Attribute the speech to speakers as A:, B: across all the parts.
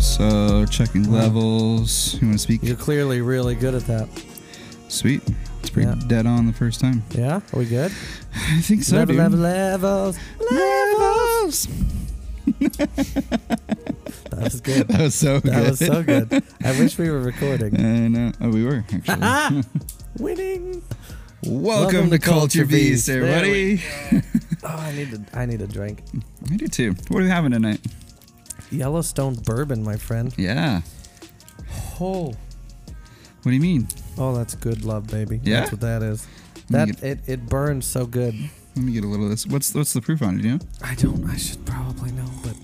A: So checking levels. You want to speak?
B: You're clearly really good at that.
A: Sweet. It's pretty
B: Yeah.
A: dead on the first time.
B: Yeah? Are we good?
A: I think so,
B: level,
A: dude.
B: level, levels.
A: Levels.
B: That was good.
A: That was so good.
B: That was so good. I wish we were recording.
A: And uh, oh, we were actually.
B: Ah! Winning.
A: Welcome,
B: Welcome
A: to
B: to
A: Culture
B: Culture
A: Beast,
B: Beast.
A: everybody.
B: Oh, I need to. I need a drink.
A: I do too. What are we having tonight?
B: Yellowstone bourbon, my friend.
A: Yeah.
B: Oh.
A: What do you mean?
B: Oh, that's good love, baby.
A: Yeah?
B: That's what that is.
A: Let
B: That
A: me
B: it, it burns so good.
A: Let me get a little of this. What's what's the proof on it? do You know?
B: I don't. I should probably know, but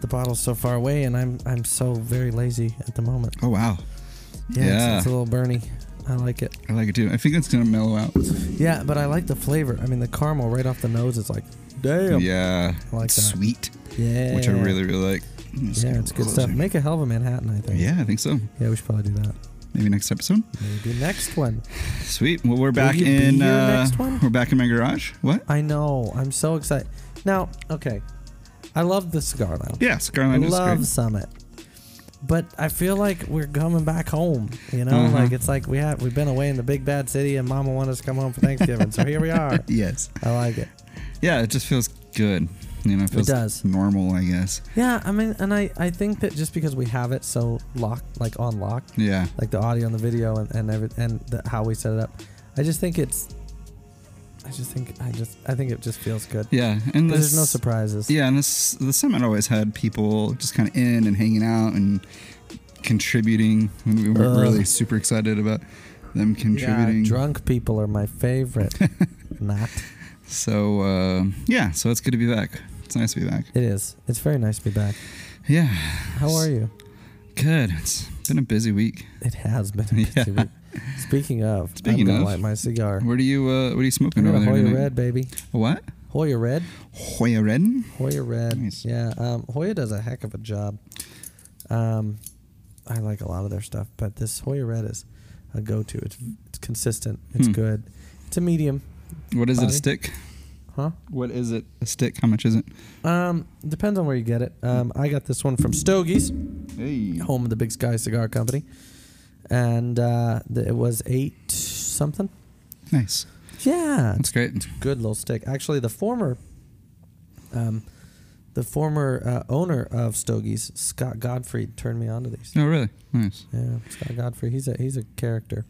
B: the bottle's so far away, and I'm I'm so very lazy at the moment.
A: Oh wow,
B: Yeah, it's-
A: Yeah.
B: It's, a little burny. I like it.
A: I like it too. I think it's gonna mellow out.
B: Yeah, but I like the flavor. I mean, the caramel right off the nose is like, damn. Yeah,
A: Yeah,
B: I like
A: it's
B: that.
A: sweet, which I really really like. Let's get
B: Yeah,
A: a
B: it's good
A: little
B: stuff.
A: closer.
B: Make a hell of a Manhattan, I think.
A: Yeah, I think so.
B: Yeah, we should probably do that.
A: Maybe next episode.
B: Maybe next one.
A: Sweet. Well, we're back
B: you be
A: in.
B: here
A: uh,
B: next one?
A: We're back in my garage. What?
B: I know. I'm so excited. Now, okay, I love the cigar lounge.
A: Yeah, Scarland is
B: love
A: great.
B: summit but i feel like we're coming back home you know
A: Uh-huh.
B: like it's like we have we've been away in the big bad city and mama wanted us to come home for thanksgiving so here we are
A: Yes.
B: i like it
A: Yeah, it just feels good. You know, it feels
B: does.
A: normal, I guess.
B: yeah i mean and i i think that just because we have it so locked like on lock
A: Yeah.
B: like the audio and the video and and, every, and the, how we set it up i just think it's i just think i just i think it just feels good
A: Yeah, and this,
B: 'Cause there's no surprises
A: Yeah, and this the summit always had people just kind of in and hanging out and contributing. And we were
B: Ugh.
A: really super excited about them contributing.
B: Yeah, drunk people are my favorite not
A: so uh, yeah, so it's good to be back. It's nice to be back.
B: it is it's very nice to be back
A: Yeah,
B: how are you
A: good. It's been a busy week.
B: It has been a busy
A: Yeah.
B: week. Speaking of,
A: Speaking
B: I'm gonna
A: of.
B: light my cigar.
A: What are you uh, What are you
B: I'm
A: smoking
B: gonna
A: over there?
B: Hoya
A: tonight?
B: Red, baby.
A: A What?
B: Hoya Red,
A: Hoya Red?
B: Hoya Red.
A: Nice.
B: Yeah, um, Hoya does a heck of a job. Um, I like a lot of their stuff, but this Hoya Red is a go-to. It's it's consistent. It's
A: Hmm.
B: good. It's a medium,
A: What is it? A
B: Body?
A: stick?
B: huh?
A: What is it? A stick? How much is it?
B: Um, depends on where you get it. Um, I got this one from Stogie's,
A: Hey.
B: home of the Big Sky Cigar Company, and uh, th- it was eight something.
A: Nice.
B: Yeah,
A: That's great.
B: good little stick. Actually, the former, um, the former uh, owner of Stogie's, Scott Godfrey, turned me onto these.
A: Oh, really? Nice.
B: Yeah, Scott Godfrey. He's a he's a character.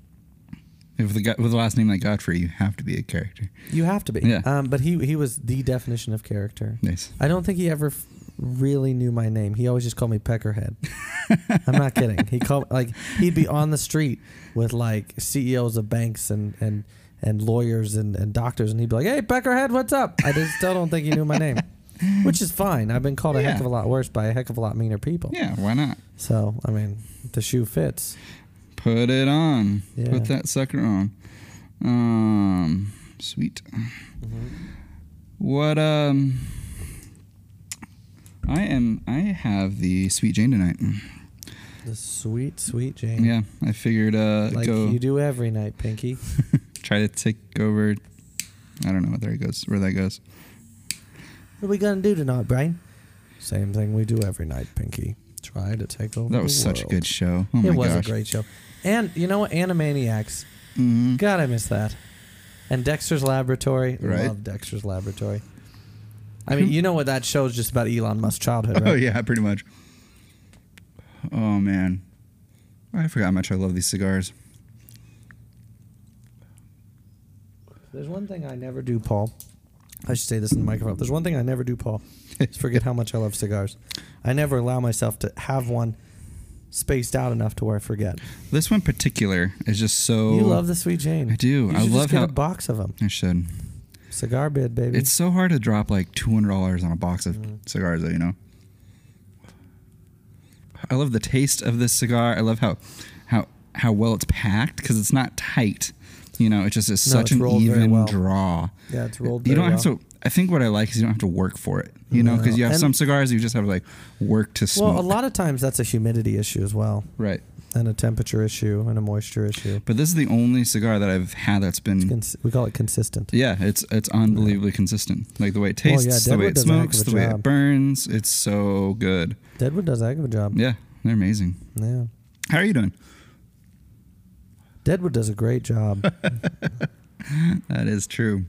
A: If the guy, with the last name like Godfrey, you have to be a character.
B: You have to be.
A: Yeah.
B: Um, but he he was the definition of character.
A: Nice.
B: I don't think he ever f- really knew my name. He always just called me Peckerhead. I'm not kidding. He called like he'd be on the street with like CEOs of banks and and and lawyers and, and doctors, and he'd be like, "Hey, Peckerhead, what's up?" I just still don't think he knew my name, which is fine. I've been called a heck
A: Yeah.
B: of a lot worse by a heck of a lot meaner people.
A: Yeah, why not?
B: So I mean, the shoe fits.
A: Put it on.
B: Yeah.
A: Put that sucker on. Um, sweet.
B: Mm-hmm.
A: What um, I am. I have the Sweet Jane tonight.
B: The sweet, sweet Jane.
A: Yeah, I figured uh,
B: Like
A: go
B: you do every night, Pinky.
A: try to take over. I don't know. There it goes. Where that goes.
B: What are we gonna do tonight, Brian? Same thing we do every night, Pinky. Try to take over.
A: That was
B: the
A: such a
B: world.
A: good show. Oh my
B: it was
A: gosh.
B: a great show. And you know what? Animaniacs.
A: Mhm.
B: God, I miss that. And Dexter's Laboratory.
A: Right. Hmm?
B: Love Dexter's Laboratory. I mean, you know what that show's just about Elon Musk's childhood, right?
A: Oh yeah, pretty much. Oh man, I forgot how much I love these cigars.
B: There's one thing I never do, Paul. I should say this in the microphone. There's one thing I never do, Paul. is forget how much I love cigars. I never allow myself to have one spaced out enough to where I forget.
A: This one particular is just so.
B: you love the Sweet Jane.
A: I do.
B: You
A: I
B: should just
A: love
B: get
A: how-
B: a box of them.
A: I should.
B: Cigar bid, baby.
A: It's so hard to drop like two hundred dollars on a box of
B: Mm-hmm.
A: cigars, though. You know. I love the taste of this cigar. I love how, how how well it's packed because it's not tight. You know, it just is
B: No,
A: such
B: it's
A: an
B: rolled very
A: even
B: well.
A: draw.
B: yeah, it's rolled.
A: you
B: very
A: don't have
B: well.
A: to. I think what I like is you don't have to work for it. You know, because
B: No.
A: you have
B: And-
A: some cigars you just have like work to smoke.
B: Well, a lot of times that's a humidity issue as well,
A: right.
B: and a temperature issue, and a moisture issue.
A: But this is the only cigar that I've had that's been.
B: Cons- we call it consistent.
A: yeah, it's it's unbelievably consistent. Like the way it
B: Well, yeah,
A: tastes, the way
B: Deadwood
A: it
B: does a heck of
A: smokes,
B: a
A: the way
B: job.
A: it burns. It's so good.
B: Deadwood does a heck of a job.
A: Yeah, They're amazing.
B: Yeah.
A: How are you doing?
B: Deadwood does a great job.
A: That is true.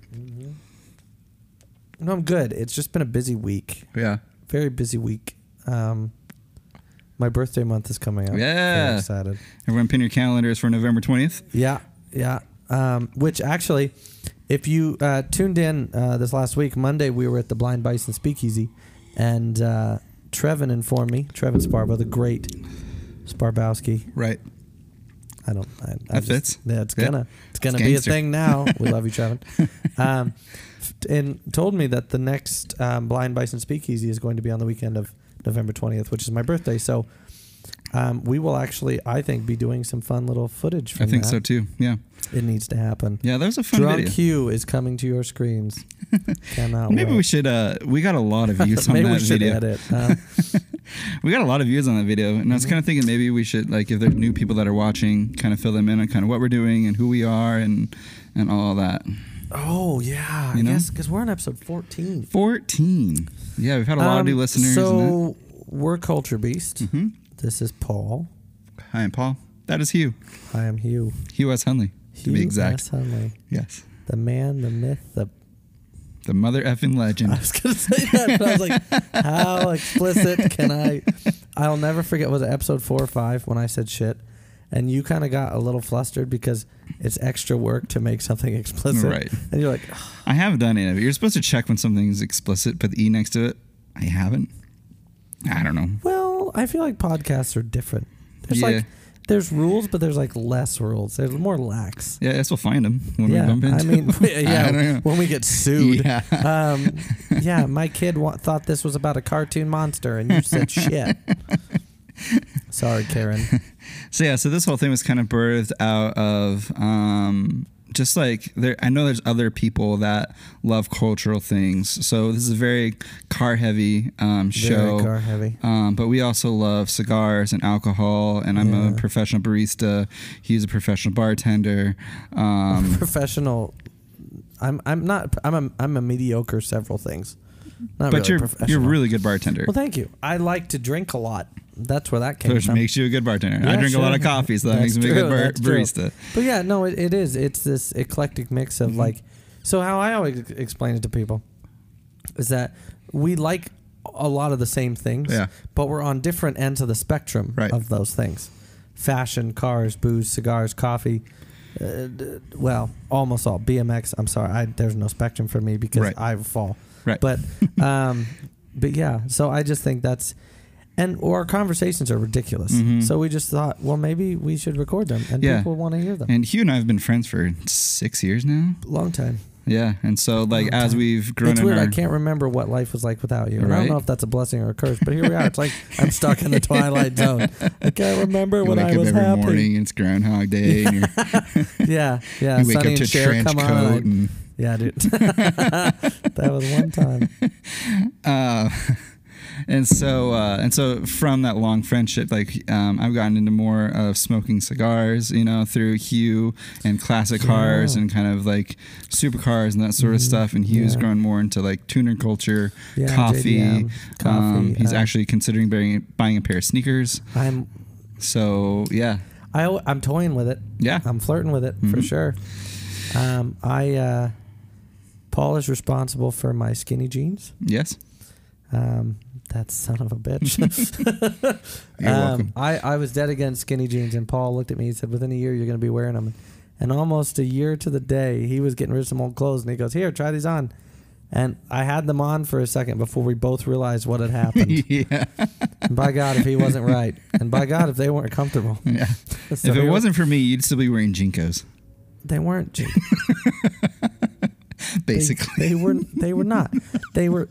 B: no, I'm good. It's just been a busy week.
A: Yeah.
B: Very busy week. Um, my birthday month is coming up.
A: Yeah.
B: Very excited.
A: Everyone, pin your calendars for November twentieth.
B: Yeah, yeah. Um, which actually, if you uh, tuned in uh, this last week, Monday we were at the Blind Bison Speakeasy, and uh, Trevin informed me, Trevin Sparbo, the great Sparbowski.
A: Right.
B: I don't. I, I
A: That
B: just-
A: fits.
B: Yeah, it's
A: Yeah.
B: gonna. It's gonna
A: It's
B: be a
A: gangster.
B: thing now. we love you, Trevin. Um, f- and told me that the next um, Blind Bison Speakeasy is going to be on the weekend of November twentieth, which is my birthday. So. Um, we will actually, I think, be doing some fun little footage. From
A: I think
B: that.
A: so too. Yeah.
B: It needs to happen.
A: Yeah. That was a fun
B: Drunk
A: video.
B: Hugh is coming to your screens. Cannot
A: Maybe
B: wait.
A: we should. Uh, we got a lot of views on
B: Maybe
A: that
B: we should
A: video.
B: edit. Um,
A: We got a lot of views on that video, and I
B: Mm-hmm.
A: was kind of thinking maybe we should like if there's new people that are watching, kind of fill them in on kind of what we're doing and who we are and and all that.
B: oh yeah,
A: You know?
B: I guess because we're on episode fourteen.
A: Fourteen. Yeah, we've had a lot of
B: Um,
A: new listeners. and
B: So we're Culture Beast.
A: that. Mhm.
B: This is Paul.
A: Hi, I'm Paul. That is Hugh.
B: I am Hugh.
A: Hugh S. Hunley, to
B: Hugh
A: be exact.
B: S. Hunley,
A: Yes.
B: the man, the myth, the.
A: The mother effing
B: I
A: legend.
B: was gonna say that, but I was like, how explicit can I? I'll never forget. Was it episode four or five when I said shit, and you kind of got a little flustered because it's extra work to make something explicit,
A: Right.
B: And you're like,
A: I have done it. You're supposed to check when something's explicit, put the E next to it. I haven't. I don't know.
B: Well, I feel like podcasts are different. There's like there's rules, but there's like less rules. There's more lax.
A: Yeah, I guess we'll find them when
B: yeah,
A: we bump into
B: I mean,
A: 'em.
B: yeah,
A: I don't know.
B: when we get sued.
A: Yeah.
B: Um, yeah, my kid wa- thought this was about a cartoon monster, and you said shit. Sorry, Karen.
A: So yeah, so this whole thing was kind of birthed out of um, just like there. I know there's other people that love cultural things. So this is a very car heavy um, show.
B: Very car heavy.
A: Um, but we also love cigars and alcohol, and I'm a
B: Yeah.
A: professional barista. He's a professional bartender. Um,
B: Professional. I'm. I'm not. I'm. A, I'm a mediocre several things. Not
A: but
B: really
A: you're
B: professional.
A: you're a really good bartender.
B: Well, thank you. I like to drink a lot. That's where that came
A: Which
B: from.
A: makes you a good bartender. I
B: Yeah,
A: drink a lot
B: sure.
A: of coffee, so that
B: That's
A: makes me a good
B: true,
A: bar-
B: that's true.
A: barista. Mm-hmm.
B: But yeah, no, it, it is. It's this eclectic mix of like. So how I always ex- explain it to people is that we like a lot of the same things,
A: Yeah.
B: but we're on different ends of the spectrum
A: Right.
B: of those things: fashion, cars, booze, cigars, coffee. Uh, d- well, almost all BMX. I'm sorry, I, there's no spectrum for me because
A: Right.
B: I fall.
A: Right.
B: But um, but yeah. So I just think that's. And our conversations are ridiculous.
A: Mhm.
B: So we just thought, well, maybe we should record them, and
A: Yeah.
B: people want to hear them
A: And Hugh and I have been friends for six years now.
B: long time.
A: Yeah, and so like
B: Long
A: as
B: time.
A: we've grown
B: it's
A: in
B: weird.
A: our
B: I can't remember what life was like without you. And I
A: Right?
B: don't know if that's a blessing or a curse, but here we are. It's like I'm stuck in the twilight zone. I can't remember
A: you
B: when
A: wake
B: I
A: up
B: was
A: every
B: happy.
A: morning and it's Groundhog Day, and you're,
B: Yeah, yeah.
A: you wake
B: Sonny
A: up to
B: and Cher
A: trench
B: come
A: coat.
B: on. and I-
A: and,
B: yeah, dude. that was one time.
A: uh, and so uh, and so from that long friendship, like um, I've gotten into more of smoking cigars, you know, through Hugh and classic
B: Yeah.
A: cars and kind of like supercars and that sort of
B: Mhm.
A: stuff. And Hugh's
B: Yeah.
A: grown more into like tuner culture.
B: Yeah,
A: Coffee,
B: JDM, coffee.
A: Um, he's
B: uh,
A: actually considering buying, buying a pair of sneakers.
B: I'm.
A: So yeah,
B: I, al- I'm toying with it.
A: yeah,
B: I'm flirting with it for
A: Mhm.
B: sure. Um, I. Uh, Paul is responsible for my skinny jeans.
A: yes.
B: Um, that son of a bitch.
A: You're
B: um,
A: welcome.
B: I, I was dead against skinny jeans, and Paul looked at me and said, Within a year, you're going to be wearing them. And almost a year to the day, he was getting rid of some old clothes, and he goes, Here, try these on. And I had them on for a second before we both realized what had happened.
A: yeah,
B: and by God, if he wasn't right, and by God, if they weren't comfortable.
A: yeah.
B: So
A: if
B: here
A: it
B: we-
A: wasn't for me, you'd still be wearing jinkos,
B: they weren't. jeans. They-
A: basically.
B: they, were they were not. They were.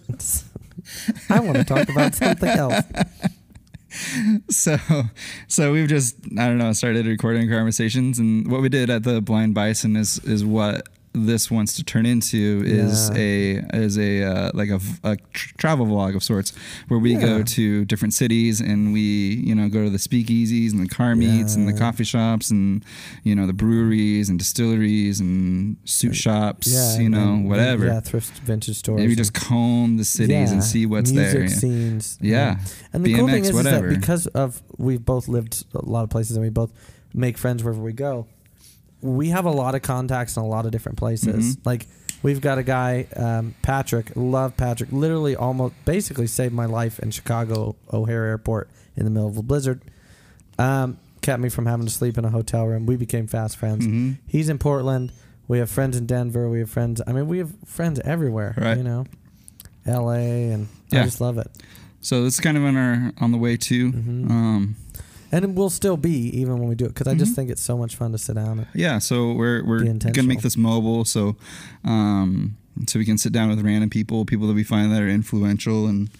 B: I want to talk about something else.
A: so so we've just i don't know started recording conversations and what we did at the blind bison is is what this wants to turn into is
B: Yeah.
A: a is a uh, like a, v- a tr- travel vlog of sorts where we
B: Yeah.
A: go to different cities and we you know go to the speakeasies and the car meets and the
B: Yeah.
A: coffee shops and you know the breweries and distilleries and soup shops
B: Yeah,
A: you
B: and
A: know
B: then-
A: whatever
B: Yeah, thrift vintage stores.
A: Maybe just comb the cities and
B: Yeah,
A: see what's
B: music
A: there.
B: scenes.
A: yeah.
B: And the cool
A: BMX,
B: thing is, is that
A: whatever.
B: because of we've both lived a lot of places and we both make friends wherever we go, we have a lot of contacts in a lot of different places.
A: Mhm.
B: Like we've got a guy, um, Patrick, love Patrick, literally almost basically saved my life in Chicago O'Hare Airport in the middle of a blizzard. Um, kept me from having to sleep in a hotel room. We became fast friends.
A: Mhm.
B: He's in Portland. We have friends in Denver. We have friends. I mean, we have friends everywhere.
A: Right.
B: You know, L.A. and I
A: Yeah.
B: just love it.
A: So it's kind of on our on the way to.
B: Mhm.
A: Um,
B: And it will still be even when we do it because I just
A: Mhm.
B: think it's so much fun to sit down. And,
A: yeah, so we're we're
B: Be
A: gonna
B: intentional.
A: make this mobile, so um, so we can sit down with random people, people that we find that are influential, and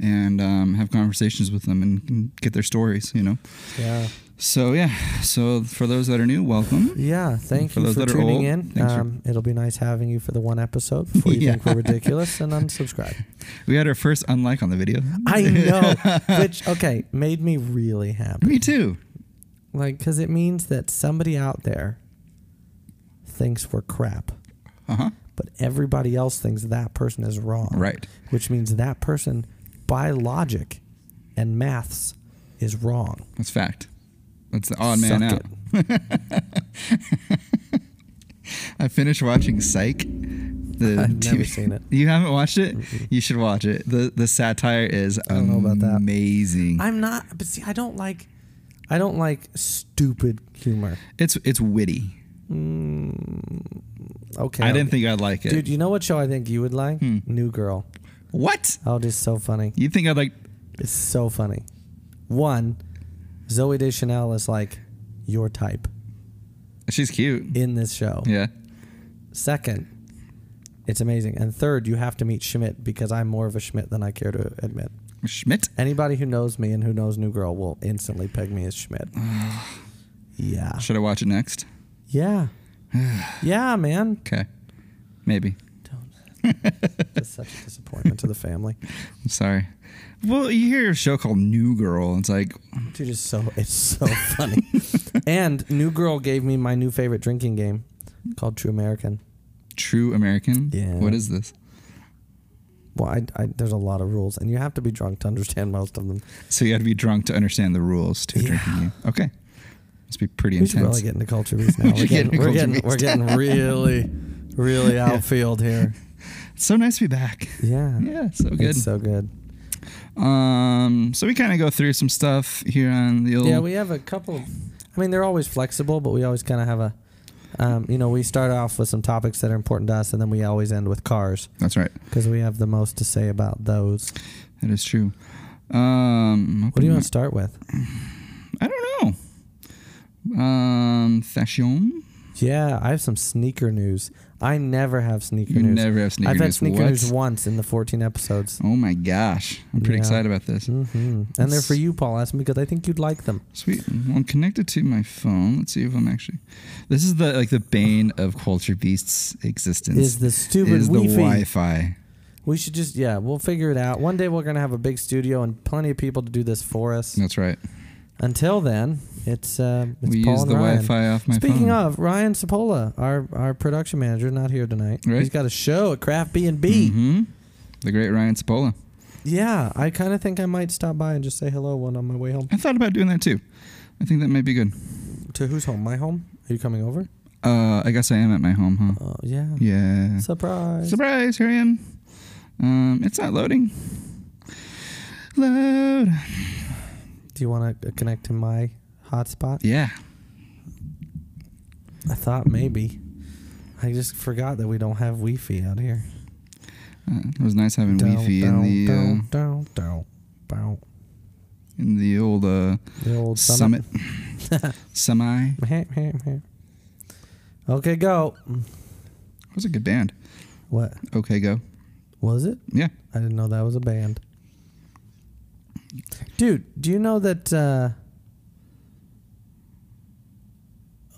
A: and um, have conversations with them and, and get their stories, you know.
B: yeah,
A: So yeah, so for those that are new, welcome.
B: yeah. Thank
A: For
B: you
A: those
B: for
A: that are
B: tuning
A: old,
B: in.
A: thanks for-
B: Um, it'll be nice having you for the one episode before you
A: Yeah.
B: think we're ridiculous and unsubscribe.
A: We had our first unlike on the video.
B: I know, which okay made me really happy.
A: Me too.
B: Like because it means that somebody out there thinks we're crap,
A: Uh huh.
B: but everybody else thinks that person is wrong.
A: Right.
B: Which means that person, by logic and maths, is wrong.
A: That's fact. That's the odd man
B: Suck
A: out. I finished watching Psych. The
B: I've never seen it.
A: You haven't watched it? You should watch it. The the satire is
B: don't know about that.
A: amazing.
B: I'm not. But see, I don't like. I don't like stupid humor.
A: It's it's witty.
B: Okay.
A: I didn't think Hmm. I'd like it.
B: Dude, you know what show I think you would like? New Girl.
A: what?
B: Oh, it is so funny.
A: You think I'd like
B: It's so funny. One, Zoe Deschanel is like your type
A: She's cute.
B: in this show.
A: Yeah.
B: Second, it's amazing. And third, you have to meet Schmidt because I'm more of a Schmidt than I care to admit.
A: Schmidt.
B: Anybody who knows me and who knows New Girl will instantly peg me as Schmidt. yeah.
A: Should I watch it next?
B: Yeah. yeah, man.
A: Okay. Maybe.
B: That's such a disappointment to the family.
A: I'm sorry. Well, you hear a show called New Girl. It's like
B: Dude, it's so it's so funny. and New Girl gave me my new favorite drinking game called True American.
A: True American.
B: Yeah.
A: What is this?
B: Well, I, I, there's a lot of rules, and you have to be drunk to understand most of them.
A: So you had to be drunk to understand the rules to a
B: Yeah.
A: drinking game. Okay. Must be pretty
B: We should
A: intense.
B: really get into culture beast now.
A: We
B: We're
A: should get
B: getting, we're, getting,
A: into
B: we're getting really, really outfield here.
A: so nice to be back.
B: Yeah.
A: Yeah, so good.
B: It's so good.
A: um, so we kind of go through some stuff here on the old.
B: Yeah, we have a couple. Of, I mean, they're always flexible, but we always kind of have a, um, you know, we start off with some topics that are important to us, and then we always end with cars
A: That's right.
B: because we have the most to say about those.
A: That is true. Um,
B: What do you want to start with?
A: I don't know. Um, fashion.
B: Yeah, I have some sneaker news. I never have sneaker
A: You
B: news.
A: never have sneaker
B: I've had
A: news.
B: sneaker
A: What?
B: news once in the 14 episodes.
A: Oh my gosh! I'm pretty
B: Yeah.
A: excited about this.
B: hmm And they're for you, Paul Asman, because I think you'd like them.
A: Sweet. Well, I'm connected to my phone. Let's see if I'm actually. This is the like the bane of culture beasts' existence.
B: Is the stupid
A: is the
B: Wi-Fi.
A: Wi-Fi?
B: We should just, yeah, we'll figure it out. One day we're going to have a big studio and plenty of people to do this for us.
A: That's right.
B: Until then, it's, uh, it's
A: we
B: Paul
A: use
B: and
A: the
B: Ryan.
A: Wi-Fi off my phone.
B: Speaking of Ryan Sapola, our our production manager, not here tonight.
A: Right.
B: He's got a show at Craft B and B.
A: Mhm. the great Ryan Spola.
B: Yeah, I kind of think I might stop by and just say hello one on my way home.
A: I thought about doing that too. I think that might be good.
B: To whose home? My home? Are you coming over?
A: Uh, I guess I am at my home, huh?
B: Oh yeah.
A: Yeah.
B: Surprise.
A: Surprise! Here I am. Um, it's not loading. Load.
B: Do you want to connect to my hotspot?
A: Yeah.
B: I thought maybe. I just forgot that we don't have Wi-Fi out here.
A: Uh, it was nice having
B: Down,
A: Wi-Fi
B: down,
A: in the uh,
B: down, down, down, down.
A: in the old uh,
B: The old
A: summit. Semi.
B: summit. okay, go.
A: That was a good band.
B: What
A: Okay, go.
B: was it?
A: Yeah.
B: I didn't know that was a band. Dude, do you know that uh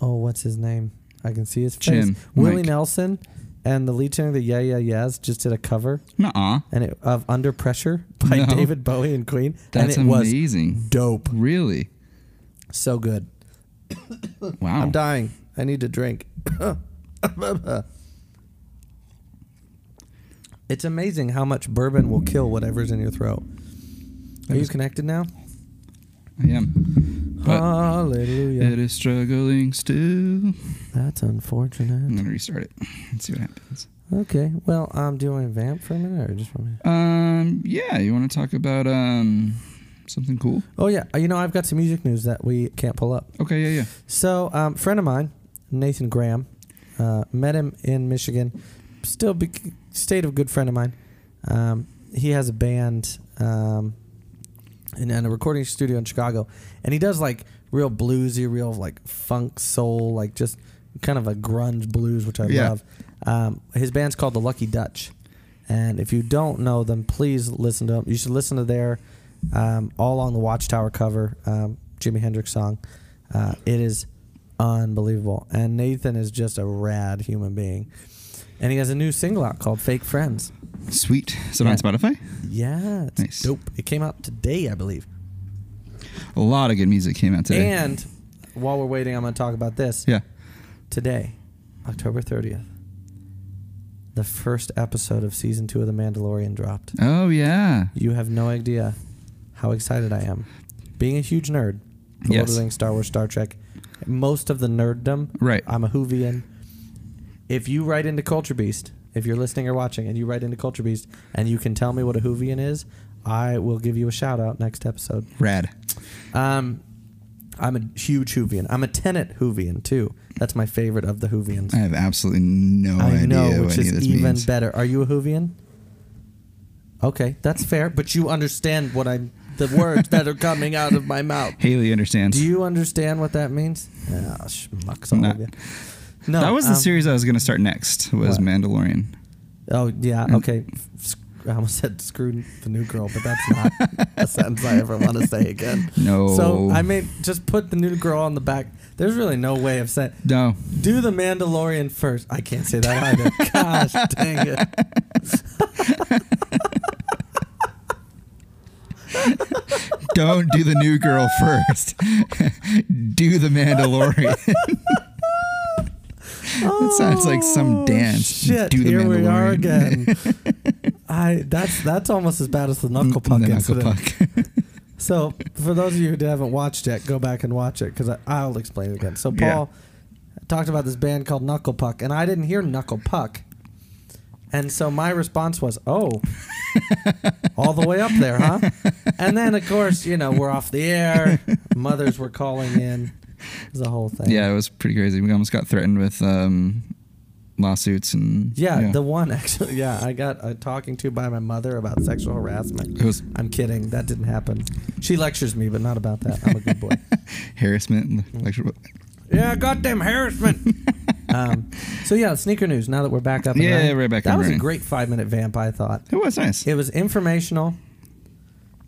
B: Oh, what's his name? I can see his face.
A: Chin,
B: Willie
A: Mike.
B: Nelson and the lead singer of the Yeah Yeah Yeahs just did a cover
A: Nuh-uh.
B: and it, of Under Pressure by
A: No.
B: David Bowie and Queen.
A: That's
B: and it
A: amazing.
B: was dope.
A: Really?
B: So good.
A: Wow.
B: I'm dying. I need to drink. it's amazing how much bourbon will kill whatever's in your throat. Are you connected now?
A: I am. But
B: Hallelujah.
A: it is struggling still.
B: That's
A: I'm
B: unfortunate.
A: gonna restart it and see what happens.
B: Okay. Well, um, do you want to vamp for a minute or just for a minute?
A: Um, yeah, you want to talk about um something cool?
B: Oh yeah. You know, I've got some music news that we can't pull up.
A: Okay, yeah, yeah.
B: So, um, friend of mine, Nathan Graham, uh, met him in Michigan. Still, be- state of good friend of mine. Um, he has a band um, in, in a recording studio in Chicago, and he does like real bluesy, real like funk soul, like just kind of a grunge blues, which I
A: Yeah.
B: love. Um, his band's called the Lucky Dutch, and if you don't know them, please listen to them. You should listen to their um, "All on the Watchtower" cover, um, Jimi Hendrix song. Uh, it is unbelievable, and Nathan is just a rad human being. And he has a new single out called "Fake Friends."
A: Sweet. Is it on
B: Yeah.
A: Spotify?
B: Yeah, it's
A: Nice.
B: dope. It came out today, I believe.
A: A lot of good music came out today.
B: And while we're waiting, I'm going to talk about this.
A: yeah.
B: Today, October 30th, the first episode of season two of The Mandalorian dropped.
A: Oh yeah.
B: You have no idea how excited I am. Being a huge nerd, for Lord of
A: Yes.
B: the Rings, Star Wars, Star Trek, most of the nerddom.
A: Right.
B: I'm a Hoovian. If you write into Culture Beast, if you're listening or watching, and you write into Culture Beast, and you can tell me what a Hoovian is, I will give you a shout out next episode.
A: Rad.
B: Um, I'm a huge Hoovian. I'm a tenant Hoovian too. That's my favorite of the Hoovians.
A: I have absolutely no
B: I
A: idea
B: know,
A: what
B: which
A: any
B: is
A: of this
B: even
A: means.
B: better. Are you a Hoovian? Okay, that's fair, but you understand what I'm the words that are coming out of my mouth.
A: Haley understands.
B: Do you understand what that means? Ah, schmucks all
A: No.
B: of you. No,
A: that was the
B: um,
A: series I was gonna start next. Was
B: What?
A: Mandalorian.
B: Oh yeah,
A: Hmm.
B: okay. Sc- I almost said screw the new girl, but that's not a sentence I ever want to say again.
A: No.
B: So I mean, just put the new girl on the back. There's really no way of saying
A: No.
B: do the Mandalorian first. I can't say that either. Gosh, dang it.
A: Don't do the new girl first. do the Mandalorian. that sounds like some
B: Oh,
A: dance.
B: Shit,
A: do the
B: here we are
A: Mandalorian. Mm,
B: again. I that's that's almost as bad as the knuckle puck
A: The
B: incident.
A: Knucklepuck.
B: So for those of you who haven't watched it, go back and watch it because I'll explain it again. So
A: Yeah.
B: Paul talked about this band called Knuckle Puck, and I didn't hear Knuckle Puck, and so my response was, "Oh, all the way up there, huh?" And then of course, you know, we're off the air. Mothers were calling in. It was a whole thing.
A: Yeah, it was pretty crazy. We almost got threatened with um, lawsuits and
B: Yeah, the one actually. Yeah, I got uh, talking to by my mother about sexual harassment.
A: it was
B: I'm kidding. That didn't happen. She lectures me, but not about that. I'm a good boy.
A: harassment. and Lecture.
B: yeah, goddamn harassment. um, so yeah, sneaker news. Now that we're back up, and
A: Yeah,
B: running.
A: we're back
B: That
A: up and
B: was a
A: running.
B: great five minute vamp. I thought
A: It was nice.
B: it was informational.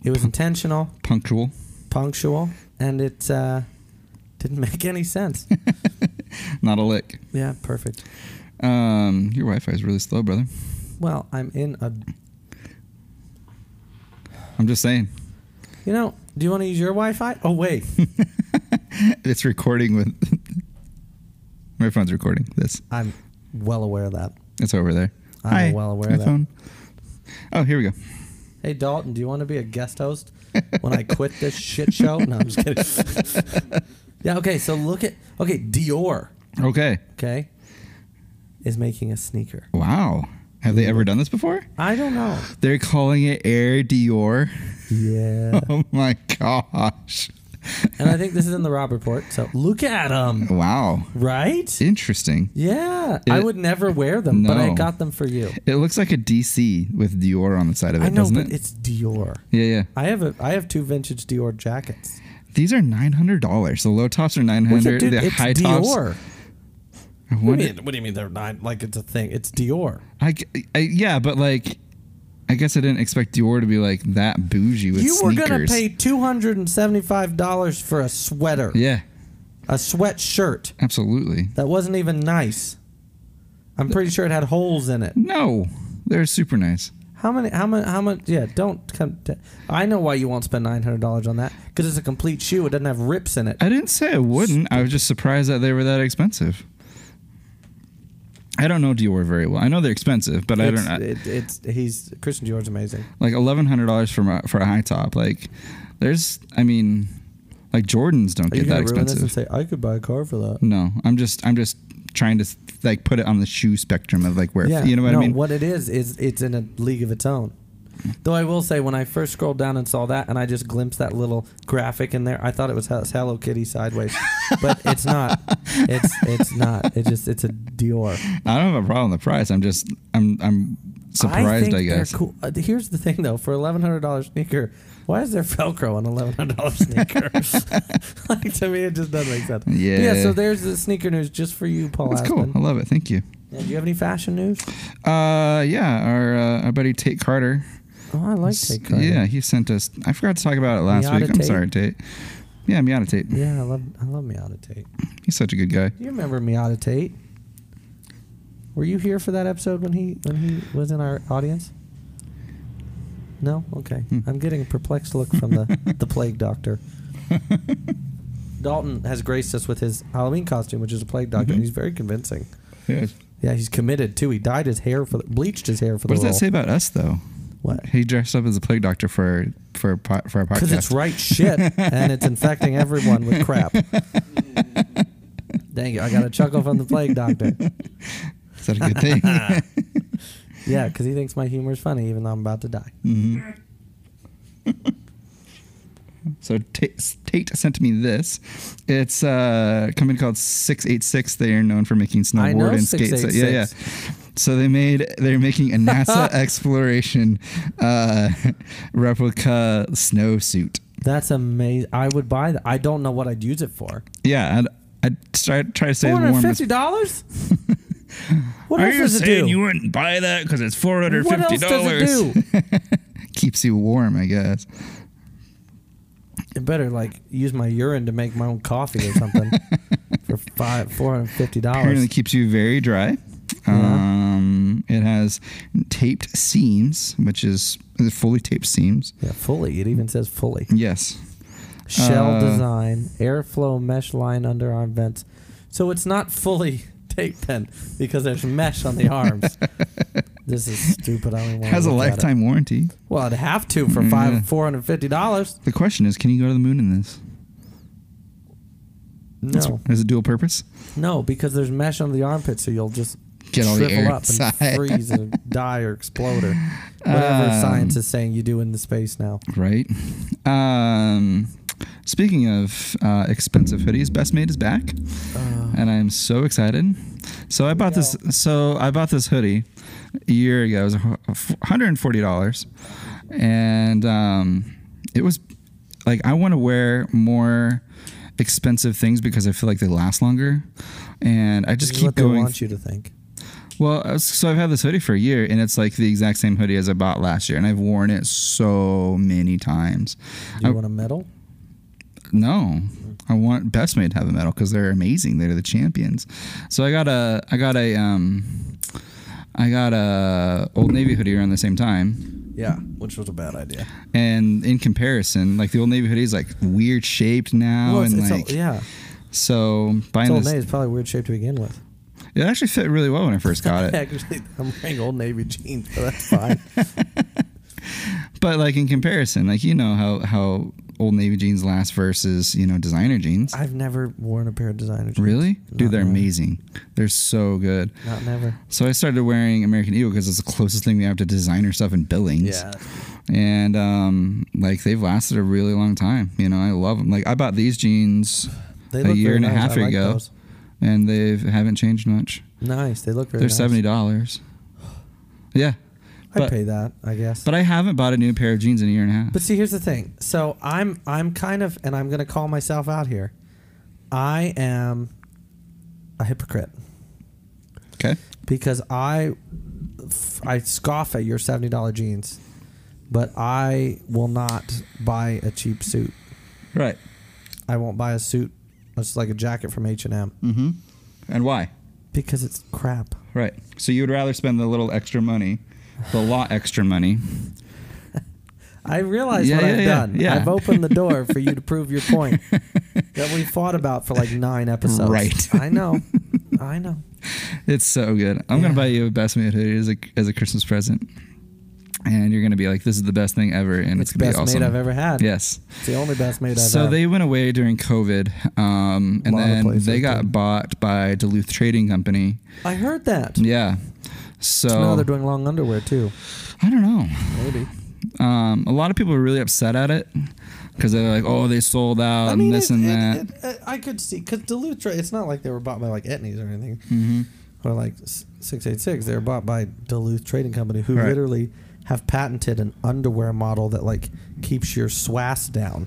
B: It was intentional,
A: Punctual.
B: punctual, and it uh, didn't make any sense.
A: Not a lick.
B: yeah, perfect.
A: Um, your Wi-Fi is really slow, brother.
B: Well, I'm in a.
A: I'm just saying.
B: You know, do you want to use your Wi-Fi? Oh wait.
A: It's recording with. My phone's recording this.
B: I'm well aware of that.
A: It's over there.
B: I'm
A: Hi,
B: well aware
A: my
B: of that.
A: phone. Oh, here we go.
B: Hey Dalton, do you want to be a guest host when I quit this shit show? No, I'm just kidding. yeah, okay, so look at okay, Dior,
A: Okay.
B: okay, is making a sneaker.
A: Wow. Have they ever done this before?
B: I don't know.
A: They're calling it Air Dior.
B: Yeah.
A: Oh my gosh.
B: and I think this is in the Rob report. So look at them,
A: Wow.
B: right?
A: Interesting.
B: Yeah. I
A: It-
B: would never wear them, but I
A: No.
B: got them for you.
A: It looks like a DC with Dior on the side of it,
B: I know,
A: doesn't
B: but
A: it?
B: it's Dior.
A: yeah, yeah.
B: I have a I have two vintage Dior jackets.
A: These are nine hundred dollars. The low tops are nine
B: Which
A: hundred.
B: dude,
A: The
B: it's
A: high tops.
B: Dior.
A: I
B: What do,
A: wonder-
B: you mean, what do you mean they're not like it's a thing? It's Dior.
A: I, g- I- yeah, but like, I guess I didn't expect Dior to be like that bougie with
B: you were
A: sneakers.
B: gonna pay two hundred and seventy-five dollars for a sweater.
A: Yeah,
B: a sweatshirt
A: Absolutely.
B: that wasn't even nice. I'm pretty sure it had holes in it.
A: No, they're super nice.
B: How many? How much? How much? Yeah, don't come. To, I know why you won't spend nine hundred dollars on that because it's a complete shoe. It doesn't have rips in it.
A: I didn't say I wouldn't. I was just surprised that they were that expensive. I don't know Dior very well. I know they're expensive, but I
B: it's,
A: don't know.
B: It, it's he's Christian Dior's amazing.
A: like eleven hundred dollars for my, for a high top. Like, there's, I mean, like Jordans don't
B: Are you
A: get that
B: gonna ruin this and
A: expensive.
B: say I could buy a car for that?
A: no, I'm just, I'm just trying to like put it on the shoe spectrum of like where,
B: Yeah,
A: you know what
B: no,
A: I mean?
B: What it is is it's in a league of its own. Though I will say, when I first scrolled down and saw that, and I just glimpsed that little graphic in there, I thought it was Hel- Hello Kitty sideways, but it's not. It's it's not. It just it's a Dior.
A: I don't have a problem with the price. I'm just, I'm, I'm surprised. I,
B: think they're
A: guess
B: Cool. Uh, here's the thing, though. For eleven hundred dollars sneaker, why is there Velcro on eleven hundred dollars sneaker? like to me, it just doesn't make sense.
A: Yeah.
B: Yeah. So there's the sneaker news just for you, Paul.
A: that's cool.
B: Aspen.
A: I love it. Thank you.
B: Yeah, do you have any fashion news?
A: Uh, yeah, our uh, our buddy Tate Carter.
B: Oh, I like
A: S-
B: Tate Carter.
A: Yeah, he sent us. I forgot to talk about it last
B: Miata
A: week. I'm
B: Tate.
A: sorry, Tate. Yeah, Miata Tate.
B: Yeah, I love I love Miata Tate.
A: He's such a good guy.
B: Do you remember Miata Tate? Were you here for that episode when he when he was in our audience? No? Okay.
A: Hmm.
B: I'm getting a perplexed look from the, the plague doctor. Dalton has graced us with his Halloween costume, which is a plague doctor, and
A: Mhm.
B: he's very convincing.
A: Yeah.
B: Yeah, he's committed too. He dyed his hair for the, bleached his hair for
A: What does
B: the
A: that say about us though?
B: What?
A: He dressed up as a plague doctor for for a po- for our podcast.
B: Because it's right shit, and it's infecting everyone with crap. Dang it! I got a chuckle from the plague doctor.
A: Is that a good thing?
B: Yeah, because he thinks my humor is funny, even though I'm about to die.
A: Mhm. so Tate, Tate sent me this. It's uh, a company called Six Eight Six. They are known for making
B: I know
A: snowboard and skate. set- Yeah, yeah.
B: 686.
A: So they made they're making a NASA exploration uh, replica snowsuit.
B: That's amazing. I would buy that. I don't know what I'd use it for.
A: Yeah, I'd, I'd try, try to say
B: Four
A: the
B: hundred
A: warmest.
B: fifty dollars. What else does it do?
A: wouldn't buy that because it's four
B: what else does it do?
A: Keeps you warm, I guess.
B: I better like use my urine to make my own coffee or something for five four hundred fifty
A: Apparently
B: dollars.
A: keeps you very dry. Um, it has taped seams, which is, is it fully taped seams.
B: Yeah, fully. It even says fully.
A: Yes.
B: Shell
A: Uh,
B: design, airflow mesh line underarm vents. So it's not fully taped then because there's mesh on the arms. this is stupid. I don't want
A: has a lifetime warranty.
B: Well, I'd have to for five
A: Yeah.
B: four hundred fifty dollars.
A: The question is, can you go to the moon in this? That's-
B: No,
A: Is it dual purpose?
B: no, because there's mesh under the armpit, so you'll just
A: Get all the
B: shrivel
A: air
B: up
A: inside.
B: and freeze and die or explode or whatever
A: Um,
B: science is saying you do in the space now.
A: Right. Um, speaking of uh, expensive hoodies, Best Made is back,
B: Uh,
A: and I'm so excited. So I bought this. So I bought this hoodie a year ago. It was a hundred and forty dollars, and um, it was like I want to wear more expensive things because I feel like they last longer, and I just
B: This is
A: keep
B: what they
A: going.
B: want you to think.
A: Well, I was- so I've had this hoodie for a year, and it's like the exact same hoodie as I bought last year, and I've worn it so many times.
B: Do you
A: I-
B: want a medal?
A: No, I want Best Made to have a medal because they're amazing. They're the champions. So I got a, I got a, um, I got a Old Navy hoodie around the same time,
B: Yeah, which was a bad idea.
A: and in comparison, like the Old Navy hoodie is like weird shaped now,
B: Well, it's,
A: Oh, and
B: it's
A: like
B: all, yeah,
A: so
B: it's
A: buying
B: old
A: this,
B: Navy. It's probably a weird shape to begin with.
A: it actually fit really well when I first got it.
B: Actually, I'm wearing old Navy jeans, but that's fine.
A: But like in comparison, like you know how how Old Navy jeans last versus you know designer jeans.
B: I've never worn a pair of designer jeans.
A: Really, dude,
B: Not
A: they're
B: never.
A: amazing. They're so good.
B: Not never.
A: So I started wearing American Eagle because it's the closest thing we have to designer stuff in Billings. And um, like they've lasted a really long time. You know, I love them. Like I bought these jeans
B: They
A: a
B: look
A: year
B: very
A: and a
B: nice.
A: half
B: I like
A: ago,
B: those.
A: and they haven't changed much.
B: Nice. They look very
A: They're
B: nice.
A: seventy dollars. Yeah,
B: I'd
A: but-
B: pay that, I guess.
A: but I haven't bought a new pair of jeans in a year and a half.
B: But see, here's the thing. So I'm I'm kind of, and I'm going to call myself out here. I am a hypocrite
A: okay.
B: because I f- I scoff at your seventy dollar jeans, but I will not buy a cheap suit.
A: Right.
B: I won't buy a suit It's like a jacket from H and M
A: Mm-hmm. And why?
B: because it's crap.
A: Right. So you would rather spend the little extra money, the lot extra money.
B: I realize
A: Yeah,
B: what
A: yeah,
B: I've
A: yeah,
B: done.
A: yeah.
B: I've opened the door for you to prove your point that we fought about for like nine episodes.
A: Right.
B: I know. I know.
A: It's so good. I'm
B: Yeah.
A: gonna buy you a Bassmade hoodie as a as a Christmas present, and you're gonna be like, "This is the best thing ever," and it's,
B: It's the
A: gonna
B: best
A: be awesome.
B: mate I've ever had.
A: Yes.
B: It's the only best mate I've
A: so
B: had.
A: they went away during COVID, um, and
B: Lot of
A: then
B: places
A: they got
B: did.
A: bought by Duluth Trading Company.
B: I heard that.
A: Yeah. So
B: now they're doing long underwear too.
A: I don't know.
B: Maybe.
A: Um, a lot of people are really upset at it because they're like, "Oh, they sold out and this
B: it-
A: and
B: it-
A: that."
B: it- it- uh, I could see because Duluth. Tra- It's not like they were bought by like Etnies or anything,
A: hmm
B: or like six eight six. They were bought by Duluth Trading Company, who
A: Right.
B: literally have patented an underwear model that like keeps your swass down.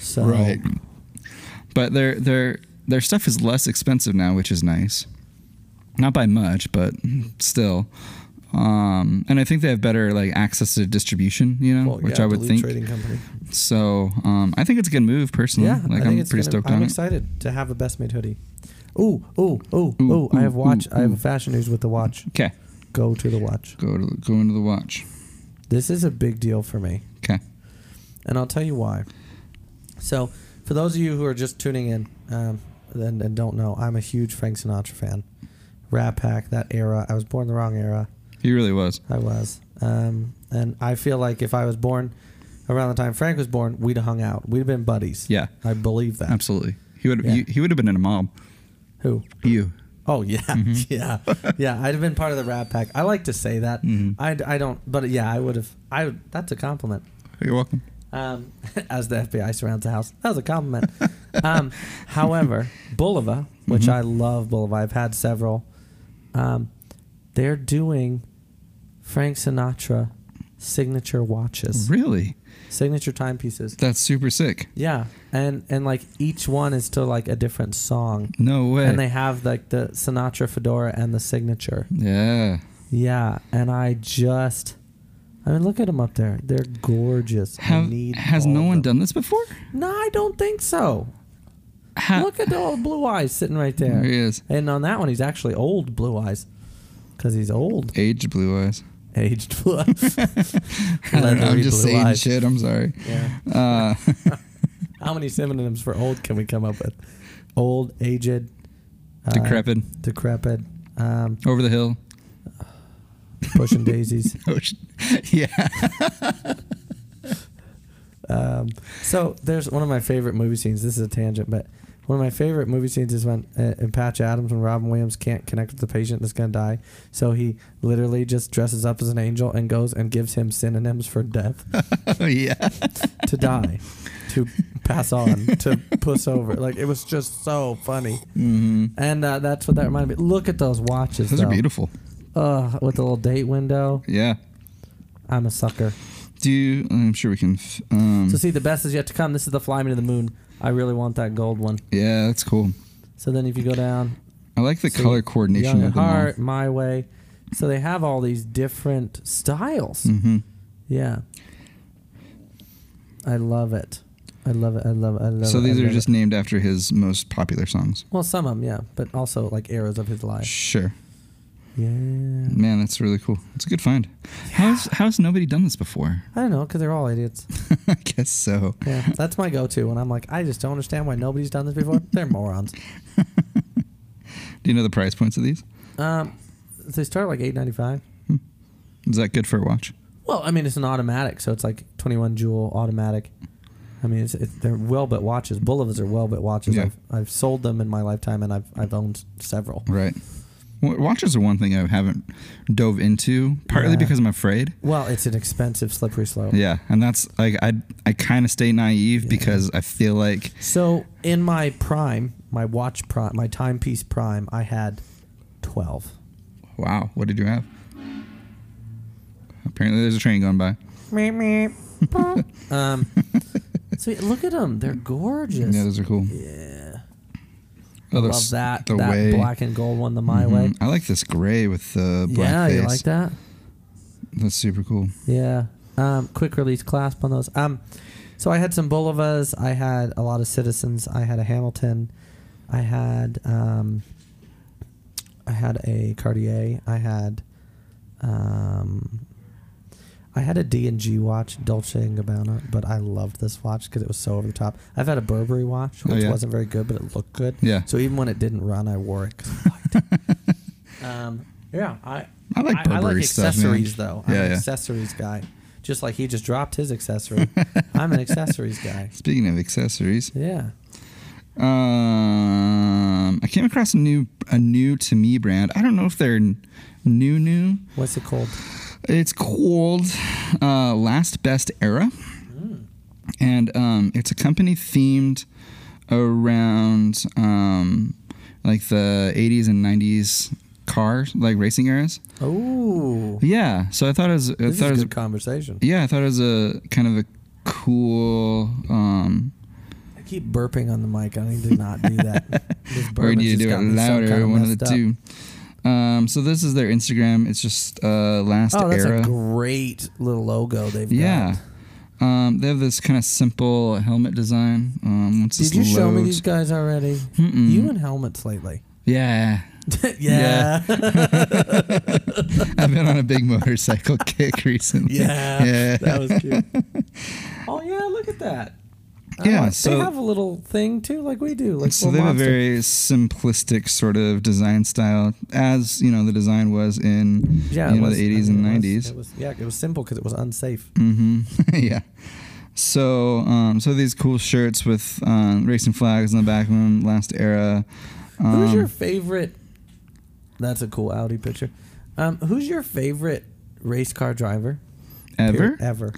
B: So
A: Right. Um, But their their their stuff is less expensive now, which is nice. Not by much, but still. Um, and I think they have better like access to distribution, you know,
B: well,
A: which
B: yeah,
A: I would
B: Duluth
A: think.
B: Trading Company.
A: So um, I think it's a good move personally.
B: Yeah,
A: like
B: I think
A: am
B: it's
A: pretty
B: gonna-
A: stoked
B: I'm
A: on it.
B: excited to have a best made hoodie. Ooh, ooh, ooh, ooh!
A: Ooh,
B: I have
A: ooh,
B: watch.
A: ooh,
B: I
A: ooh.
B: have fashion news with the watch.
A: Okay,
B: Go to the watch.
A: go to go into the watch.
B: This is a big deal for me.
A: Okay,
B: and I'll tell you why. So, for those of you who are just tuning in um, and, and don't know, I'm a huge Frank Sinatra fan. Rat Pack, that era. I was born the wrong era.
A: he really was.
B: I was, um, and I feel like if I was born around the time Frank was born, we'd have hung out. We'd have been buddies.
A: Yeah,
B: I believe that.
A: absolutely. He would
B: Yeah.
A: you he would have been in a mob.
B: Who?
A: You.
B: Oh yeah, yeah, yeah. I'd have been part of the Rat Pack. I like to say that.
A: Mhm.
B: I, I don't, but yeah, I would have. I would- that's a compliment.
A: You're welcome.
B: um, as the FBI surrounds the house. That was a compliment. um, however, Bulova, which
A: Mhm.
B: I love Bulova, I've had several. Um, they're doing Frank Sinatra signature watches,
A: Really?
B: signature timepieces.
A: That's super sick.
B: Yeah, and and like each one is to like a different song,
A: No way.
B: and they have like the Sinatra fedora and the signature.
A: yeah.
B: Yeah, and I just. I mean, look at them up there. They're gorgeous. I
A: Have,
B: need
A: has
B: all
A: no
B: of
A: one
B: them.
A: done this before?
B: No, I don't think so.
A: Ha-
B: Look at the old blue eyes sitting right
A: There
B: there.
A: he is.
B: And on that one, he's actually old blue eyes because he's old,
A: Aged blue eyes.
B: aged blue eyes.
A: I don't know, I'm
B: Leathery
A: just
B: blue
A: saying
B: eyes.
A: shit. I'm sorry.
B: Yeah.
A: Uh,
B: How many synonyms for old can we come up with? Old, aged, uh,
A: decrepit,
B: decrepit, um,
A: over the hill.
B: pushing daisies.
A: Oh, sh- yeah.
B: Um, so there's one of my favorite movie scenes. This is a tangent, but one of my favorite movie scenes is when uh, in Patch Adams when Robin Williams can't connect with the patient that's gonna die, so he literally just dresses up as an angel and goes and gives him synonyms for death
A: oh, yeah.
B: to die, to pass on, to puss over. Like it was just so funny,
A: hmm
B: and uh, that's what that reminded me. Look at those watches.
A: Those
B: though.
A: are beautiful.
B: Ugh, with the little date window.
A: Yeah.
B: I'm a sucker.
A: Do you, I'm sure we can. F- um,
B: So see, the best is yet to come. This is the Fly Me to the Moon. I really want that gold one.
A: yeah, that's cool.
B: So then, if you go down,
A: I like the
B: So
A: color coordination of
B: Young at
A: them. all.
B: Heart, My Way. So they have all these different styles.
A: Mhm.
B: Yeah. I love it. I love it. I love it. I love it.
A: So
B: I
A: these are
B: love
A: just
B: it.
A: named after his most popular songs.
B: Well, some of them, yeah, but also like eras of his life.
A: Sure.
B: Yeah.
A: Man, that's really cool. It's a good find. How's, how's nobody done this before?
B: I don't know, because they're all idiots.
A: I guess so.
B: Yeah, that's my go to when I'm like, I just don't understand why nobody's done this before. They're morons.
A: Do you know the price points of these?
B: Um, they start at like eight ninety five.
A: Is that good for a watch?
B: Well, I mean, it's an automatic, so it's like 21 joule automatic. I mean, it's, it's they're well bit watches. Bullovas are well bit watches.
A: Yeah.
B: I've, I've sold them in my lifetime, and I've I've owned several.
A: Right. Wa- Watches are one thing I haven't dove into, partly
B: Yeah.
A: because I'm afraid.
B: Well, it's an expensive slippery slope.
A: Yeah, and that's like I I kind of stay naive
B: Yeah.
A: because I feel like
B: So in my prime, my watch prime, my timepiece prime, I had 12.
A: wow, what did you have? Apparently, there's a train going by.
B: Um, so yeah, look at them; they're gorgeous.
A: yeah, those are cool.
B: Yeah.
A: Oh, the
B: love
A: s-
B: that
A: the
B: that
A: way-
B: black and gold one, the my
A: Mhm.
B: way.
A: I like this gray with the black
B: yeah,
A: face.
B: you like that?
A: That's super cool.
B: Yeah. Um, quick release clasp on those. Um, So I had some Bolivas. I had a lot of citizens. I had a Hamilton. I had um, I had a Cartier. I had um, I had a D and G watch, Dolce and Gabbana, but I loved this watch because it was so over the top. I've had a Burberry watch,
A: Oh,
B: which
A: yeah.
B: wasn't very good, but it looked good.
A: Yeah.
B: So even when it didn't run, I wore it. 'cause I liked it. um, yeah, I
A: I like
B: I, like
A: Burberry stuff, man.
B: accessories though. I'm
A: Yeah,
B: an
A: yeah.
B: accessories guy. Just like he just dropped his accessory. I'm an accessories guy.
A: Speaking of accessories,
B: Yeah.
A: um, I came across a new a new to me brand. I don't know if they're n- new new.
B: What's it called?
A: It's called uh, Last Best Era,
B: Hmm.
A: and um, it's a company themed around um, like the 80s and 90s car like racing eras.
B: Oh,
A: Yeah, so I thought it was I
B: this is
A: thought
B: a
A: it was
B: good conversation.
A: yeah I thought it was a kind of a cool. Um,
B: I keep burping on the mic. I need to not do that.
A: or
B: This
A: you
B: bourbon's
A: need to do
B: just
A: it
B: got me so
A: louder.
B: kinda
A: one of the
B: messed up.
A: two. Um, so this is their Instagram. It's just uh, last
B: Oh, that's
A: era.
B: a great little logo they've
A: yeah.
B: got.
A: Um, they have this kind of simple helmet design. Um, once
B: Did
A: it's
B: you show me
A: loads-
B: these guys already?
A: Mm-mm.
B: You and helmets lately.
A: yeah.
B: yeah.
A: I've been on a big motorcycle kick recently.
B: Yeah,
A: Yeah.
B: that was cute. oh yeah, look at that. I
A: Yeah,
B: like-
A: so-
B: they have a little thing too, like we do. Like
A: so
B: little
A: they have a
B: monster.
A: very simplistic sort of design style, as you know the design was in
B: yeah,
A: you
B: it
A: know
B: was-
A: the 80s
B: I mean,
A: and
B: it was-
A: 90s.
B: It was, yeah, it was simple because it was unsafe.
A: hmm yeah. So, um, so these cool shirts with um, racing flags on the back of them, last era. Um,
B: who's your favorite? That's a cool Audi picture. Um, who's your favorite race car driver
A: ever?
B: Period. Ever.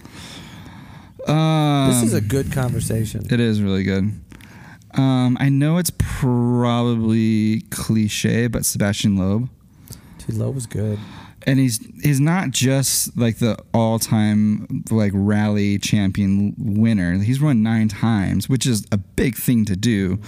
A: Um,
B: This is a good conversation.
A: It is really good. Um, I know it's probably cliche, but Sebastian Loeb,
B: Dude, Lowe was good.
A: and he's he's not just like the all-time like rally champion winner. He's won nine times, which is a big thing to do.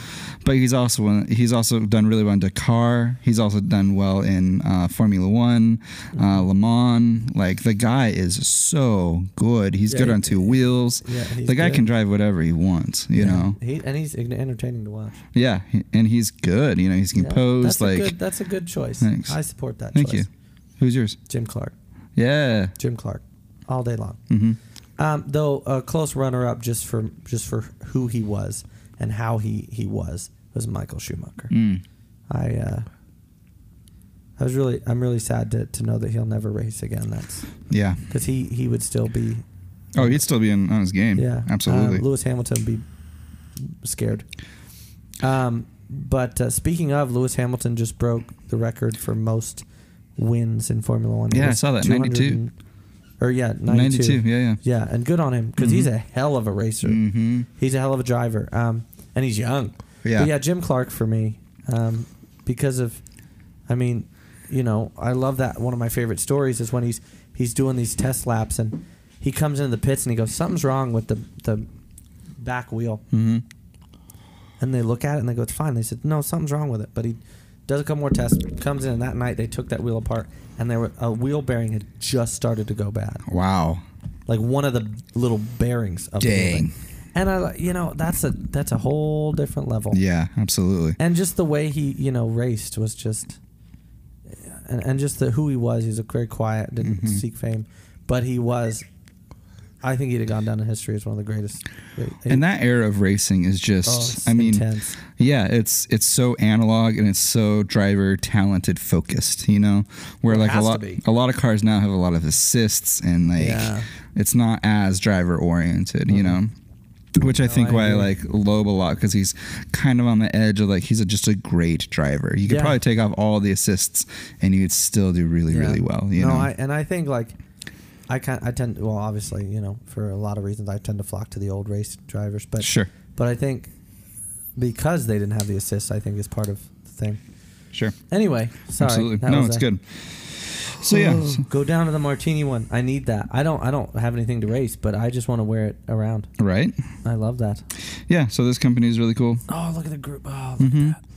A: But he's also won, he's also done really well in Dakar. He's also done well in uh, Formula One, uh, Le Mans. Like the guy is so good. He's
B: Yeah,
A: good
B: he-
A: on two wheels.
B: Yeah, he's
A: the guy
B: good.
A: can drive whatever he wants. You
B: Yeah.
A: know.
B: He, and he's entertaining to watch.
A: Yeah, he- and he's good. You know, he's
B: Yeah.
A: composed.
B: that's a
A: like,
B: good, that's a good choice.
A: Thanks.
B: I support that.
A: thank you.
B: choice.
A: Who's yours?
B: Jim Clark.
A: Yeah.
B: Jim Clark, all day long.
A: hmm
B: Um, though a close runner-up just for just for who he was and how he he was was Michael Schumacher.
A: Mm.
B: I uh, I was really I'm really sad to, to know that he'll never race again. That's
A: Yeah.
B: because he he would still be
A: Oh, he'd still be in on his game.
B: yeah
A: absolutely.
B: Um, Lewis Hamilton be scared. Um, but uh, speaking of Lewis Hamilton, just broke the record for most wins in Formula One. It
A: Yeah, I
B: was
A: saw that, 92.
B: 200 and- Or yeah,
A: 92.
B: 92.
A: Yeah, yeah.
B: Yeah, and good on him because he's
A: Mhm.
B: a hell of a racer.
A: Mm-hmm.
B: He's a hell of a driver. Um, and he's young.
A: Yeah.
B: But yeah, Jim Clark for me, um, because of, I mean, you know, I love that. One of my favorite stories is when he's he's doing these test laps and he comes into the pits and he goes, something's wrong with the the back wheel,
A: hmm
B: and they look at it and they go, it's fine. They said, no, something's wrong with it, but he. Does a couple more tests, comes in, and that night they took that wheel apart, and there were, a wheel bearing had just started to go bad
A: Wow.
B: like one of the little bearings of the
A: Dang.
B: building. And I, like- you know, that's a that's a whole different level.
A: Yeah, absolutely.
B: And just the way he, you know, raced was just, and, and just the who he was. He's a very quiet, didn't
A: Mhm.
B: seek fame, but he was. I think he'd have gone down in history as one of the greatest. oh,
A: And that era of racing is just. I mean,
B: intense.
A: yeah, it's it's so analog and it's so driver talented focused. You know, where like a
B: has to
A: lot
B: be.
A: a lot of cars now have a lot of assists and like
B: Yeah. Mm-hmm.
A: it's not as driver oriented. You know. Which I think
B: I
A: why I
B: agree.
A: like Loeb a lot because he's kind of on the edge of like he's a, just a great driver. You could
B: Yeah.
A: probably take off all the assists and you would still do really
B: Yeah.
A: really well. You
B: no,
A: know,
B: I, and I think like I can I tend well obviously you know for a lot of reasons I tend to flock to the old race drivers, but
A: Sure.
B: but I think because they didn't have the assists, I think is part of the thing.
A: sure,
B: Anyway, sorry.
A: absolutely.
B: that
A: No,
B: was
A: it's
B: a-
A: good. So yeah,
B: Ooh,
A: so-
B: go down to the martini one. I need that. I don't I don't have anything to race, but I just want to wear it around.
A: right?
B: I love that.
A: Yeah. So this company is really cool.
B: Oh, look at the group. Oh, look
A: Mhm.
B: at that.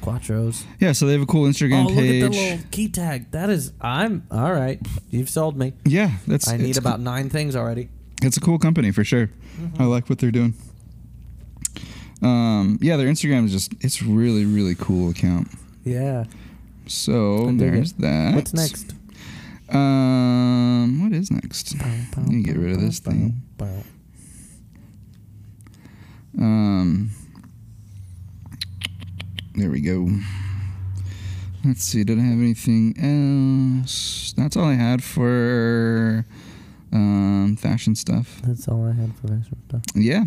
B: Quattros.
A: Yeah, so they have a cool Instagram
B: oh, look
A: page.
B: at the little key tag. That is I'm all right. You've sold me.
A: yeah, that's.
B: I need
A: it's
B: about Mm-hmm. nine things already.
A: cool. it's a cool company for sure. I like what they're doing. Um, yeah, their Instagram is just it's really really cool account.
B: Yeah.
A: So
B: I dig it.
A: there's that.
B: What's next?
A: Um, what is next? Let me get rid of this thing.
B: Bow.
A: Um, there we go. Let's see. Did I have anything else? That's all I had for um, fashion stuff.
B: That's all I had for fashion stuff.
A: Yeah.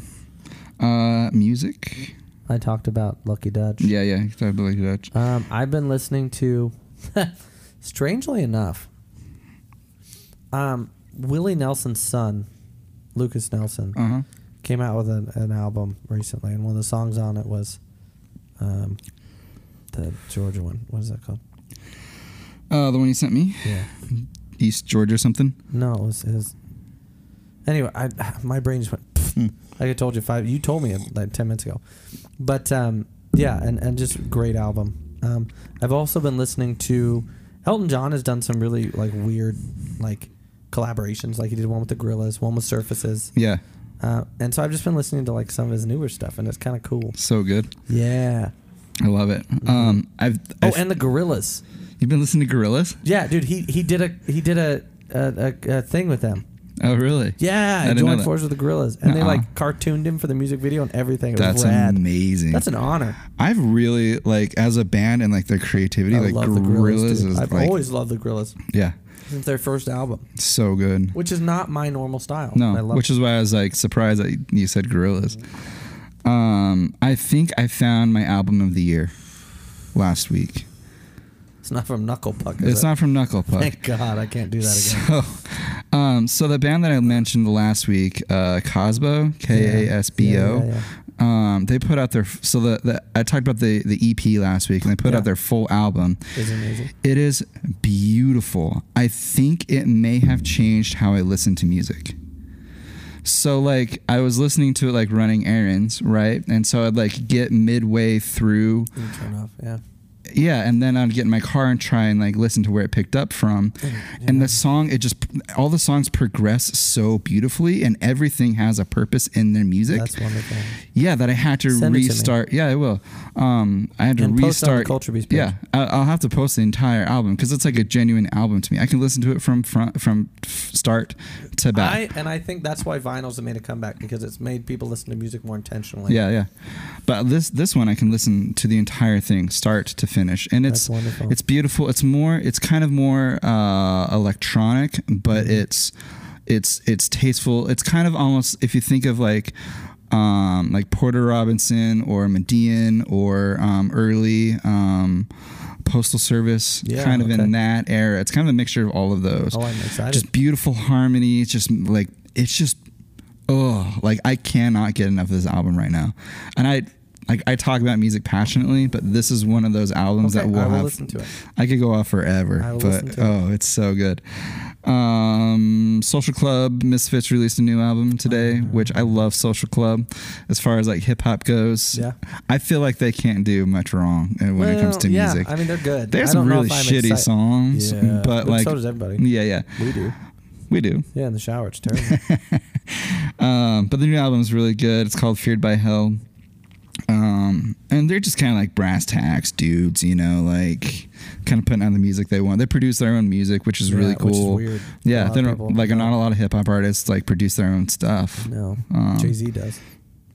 A: Uh, music.
B: I talked about Lucky Dutch.
A: Yeah, yeah. Totally Dutch.
B: Um, I've been listening to, strangely enough, um, Willie Nelson's son, Lucas Nelson,
A: Uh huh.
B: came out with an, an album recently, and one of the songs on it was, um, the Georgia one. What is that called?
A: Uh, the one you sent me,
B: Yeah.
A: East Georgia something.
B: No, it was his. Anyway, I my brain just went.
A: Hmm.
B: Like I told you five. You told me it like ten minutes ago, but um, yeah, and and just great album. Um, I've also been listening to Elton John has done some really like weird like collaborations. Like he did one with the Gorillas, one with Surfaces,
A: Yeah,
B: uh, and so I've just been listening to like some of his newer stuff, and it's kind of cool.
A: so good.
B: Yeah.
A: I love it. Um, I've,
B: Oh,
A: I've-
B: and the Gorillas.
A: you've been listening to Gorillas?
B: Yeah, dude. He he did a he did a a, a, a thing with them.
A: Oh, really?
B: Yeah,
A: I
B: I
A: didn't know
B: joined
A: that.
B: forces with the Gorillas, and they
A: Nuh-uh.
B: like cartooned him for the music video and everything. It
A: That's
B: was rad.
A: amazing.
B: That's an honor.
A: I've really like as a band and like their creativity,
B: I
A: like
B: love
A: Gorillas,
B: the Gorillas. dude.
A: is
B: I've
A: like
B: always loved the Gorillas
A: yeah,
B: since their first album,
A: so good.
B: which is not my normal style. I
A: No,
B: love
A: which is why I was like surprised that you said Gorillas. Um, I think I found my album of the year last week.
B: it's not from Knuckle Puck. is
A: It's
B: it?
A: not from Knuckle Puck.
B: Thank God, I can't do that again.
A: So, um, so the band that I mentioned last week, uh, Cosbo, K A S B
B: Yeah, yeah,
A: O,
B: yeah.
A: um, they put out their so the, the I talked about the the EP last week, and they put
B: Yeah.
A: out their full album.
B: It's amazing.
A: It is beautiful. I think it may have changed how I listen to music. So like I was listening to it like running errands, right? And so I'd like get midway through
B: You turn off, yeah.
A: yeah, and then I'd get in my car and try and like listen to where it picked up from. And the song, it just all the songs progress so beautifully, and everything has a purpose in their music.
B: That's wonderful.
A: yeah, that I had to
B: Send it to me.
A: restart. yeah, I will. Um, I had to
B: And post it on the
A: restart.
B: Culture Beast page.
A: yeah, I- I'll have to post the entire album because it's like a genuine album to me. I can listen to it from front from f- start to back.
B: I and I think that's why vinyls have made a comeback because it's made people listen to music more intentionally.
A: yeah, yeah. But this this one I can listen to the entire thing start to finish, and
B: That's
A: it's
B: wonderful.
A: It's beautiful. It's more. It's kind of more uh, electronic, but
B: Mm-hmm.
A: it's it's it's tasteful. It's kind of almost if you think of like um, like Porter Robinson or Median or um, early um, Postal Service,
B: Yeah,
A: kind of
B: okay.
A: in that era. It's kind of a mixture of all of those.
B: Oh, I'm excited.
A: Just beautiful harmony. It's just like it's just oh like I cannot get enough of this album right now, and I. Like I talk about music passionately, but this is one of those albums
B: Okay,
A: that will
B: I will
A: have
B: listen to it.
A: I could go off forever,
B: I will listen
A: but
B: to it.
A: oh, it's so good. Um, Social Club Misfits released a new album today, which I love. Social Club, as far as like hip hop goes,
B: Yeah.
A: I feel like they can't do much wrong uh, when it comes
B: Well,
A: to
B: yeah,
A: music.
B: I mean they're good.
A: There's
B: I
A: some
B: don't know
A: really
B: if I'm
A: shitty
B: excite-
A: songs,
B: Yeah,
A: but like,
B: so does everybody.
A: yeah, yeah,
B: We do.
A: we do.
B: Yeah, in the shower, it's terrible.
A: Um, but the new album is really good. It's called Feared by Hell. Um, and they're just kind of like brass tacks dudes, you know, like kind of putting out the music they want. They produce their own music, which is
B: Yeah,
A: really
B: which is
A: cool.
B: weird. A
A: Yeah,
B: lot of
A: they're
B: people
A: like
B: don't.
A: not a lot of hip hop artists like produce their own stuff.
B: no,
A: Um,
B: Jay Z does,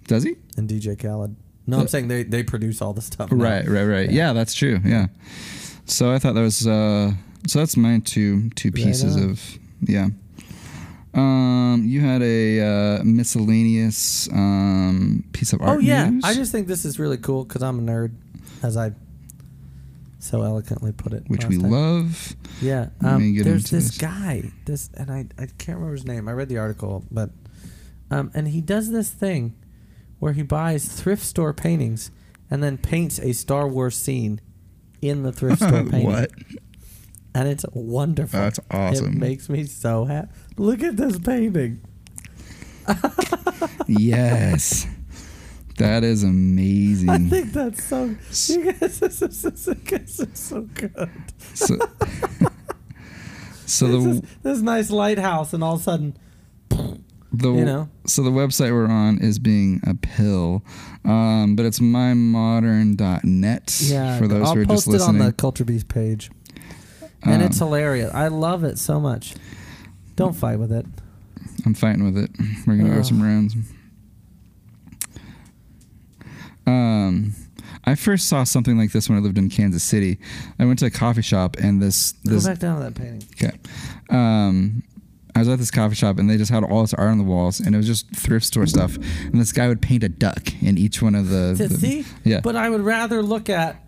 A: Does he?
B: and DJ Khaled. No, I'm saying they, they produce all the stuff. now.
A: Right, right, right. Yeah. that's true. Yeah. So I thought that was uh so that's my two two
B: Right
A: pieces
B: on.
A: of yeah. Um you had a uh miscellaneous um piece of art
B: Oh yeah,
A: news,
B: I just think this is really cool because I'm a nerd, as I so eloquently put it.
A: which
B: last
A: we
B: time.
A: love.
B: Yeah,
A: Let me
B: um,
A: get
B: there's
A: into
B: this,
A: this.
B: guy, this, and I, I can't remember his name. I read the article, but um, and he does this thing where he buys thrift store paintings and then paints a Star Wars scene in the thrift store painting.
A: what?
B: And it's wonderful.
A: That's awesome.
B: It makes me so happy. Look at this painting.
A: yes. That is amazing.
B: I think that's so. You guys, this is, this is so good.
A: so so
B: this,
A: the
B: is, this nice lighthouse, and all of a sudden,
A: the
B: You know.
A: so the website we're on is being a pill, um, but it's mymodern.net
B: Yeah,
A: for those
B: I'll
A: who are
B: post
A: just listening.
B: it on the Culture Beast page, and it's
A: Um,
B: hilarious. I love it so much. Don't fight with it.
A: I'm fighting with it. We're gonna go
B: Ugh.
A: some rounds. Um, I first saw something like this when I lived in Kansas City. I went to a coffee shop and this
B: Go
A: this
B: back down to that painting.
A: Okay. Um, I was at this coffee shop and they just had all this art on the walls and it was just thrift store stuff. And this guy would paint a duck in each one of the.
B: To
A: the-
B: see,
A: Yeah.
B: but I would rather look at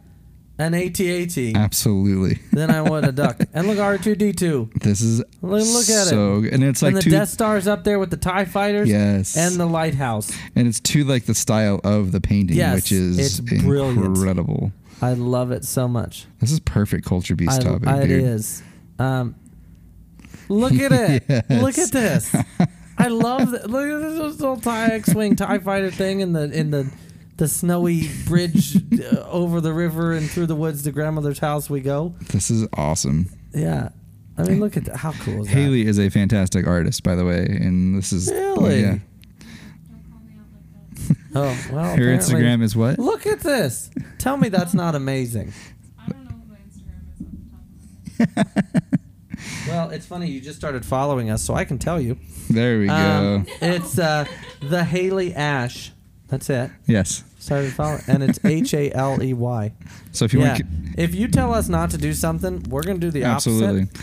B: an ATAT
A: Uh. absolutely.
B: than I would a duck. And look, R two D two.
A: This is
B: Look- look at it.
A: so good. and it's like
B: and the
A: two
B: Death Star's up there with the Tie Fighters.
A: yes
B: And the lighthouse.
A: and it's to like the style of the painting
B: Yes,
A: which is
B: it's brilliant.
A: incredible.
B: I love it so much.
A: This is perfect culture beast
B: I,
A: topic,
B: I- it
A: dude.
B: is. Um, look at it. Look
A: Yes.
B: at this. I love that. Look at this little tie X-wing tie fighter thing in the in the the snowy bridge uh, over the river and through the woods to grandmother's house we go.
A: This is awesome.
B: Yeah. I mean, look at that. How cool is that?
A: Haley is a fantastic artist, by the way, and this is
B: Really?
A: yeah.
B: Oh,
A: Her
B: well. apparently-
A: Instagram is what?
B: Look at this. Tell me that's not amazing.
C: I don't know what my Instagram is off the top of my head.
B: Well, it's funny you just started following us, so I can tell you.
A: There we
B: Um,
A: go.
B: it's uh, the Haley Ash. That's it.
A: Yes.
B: Started following, and it's H A L E Y.
A: So if you
B: Yeah.
A: want, to,
B: If you tell us not to do something, we're gonna do the
A: absolutely.
B: opposite.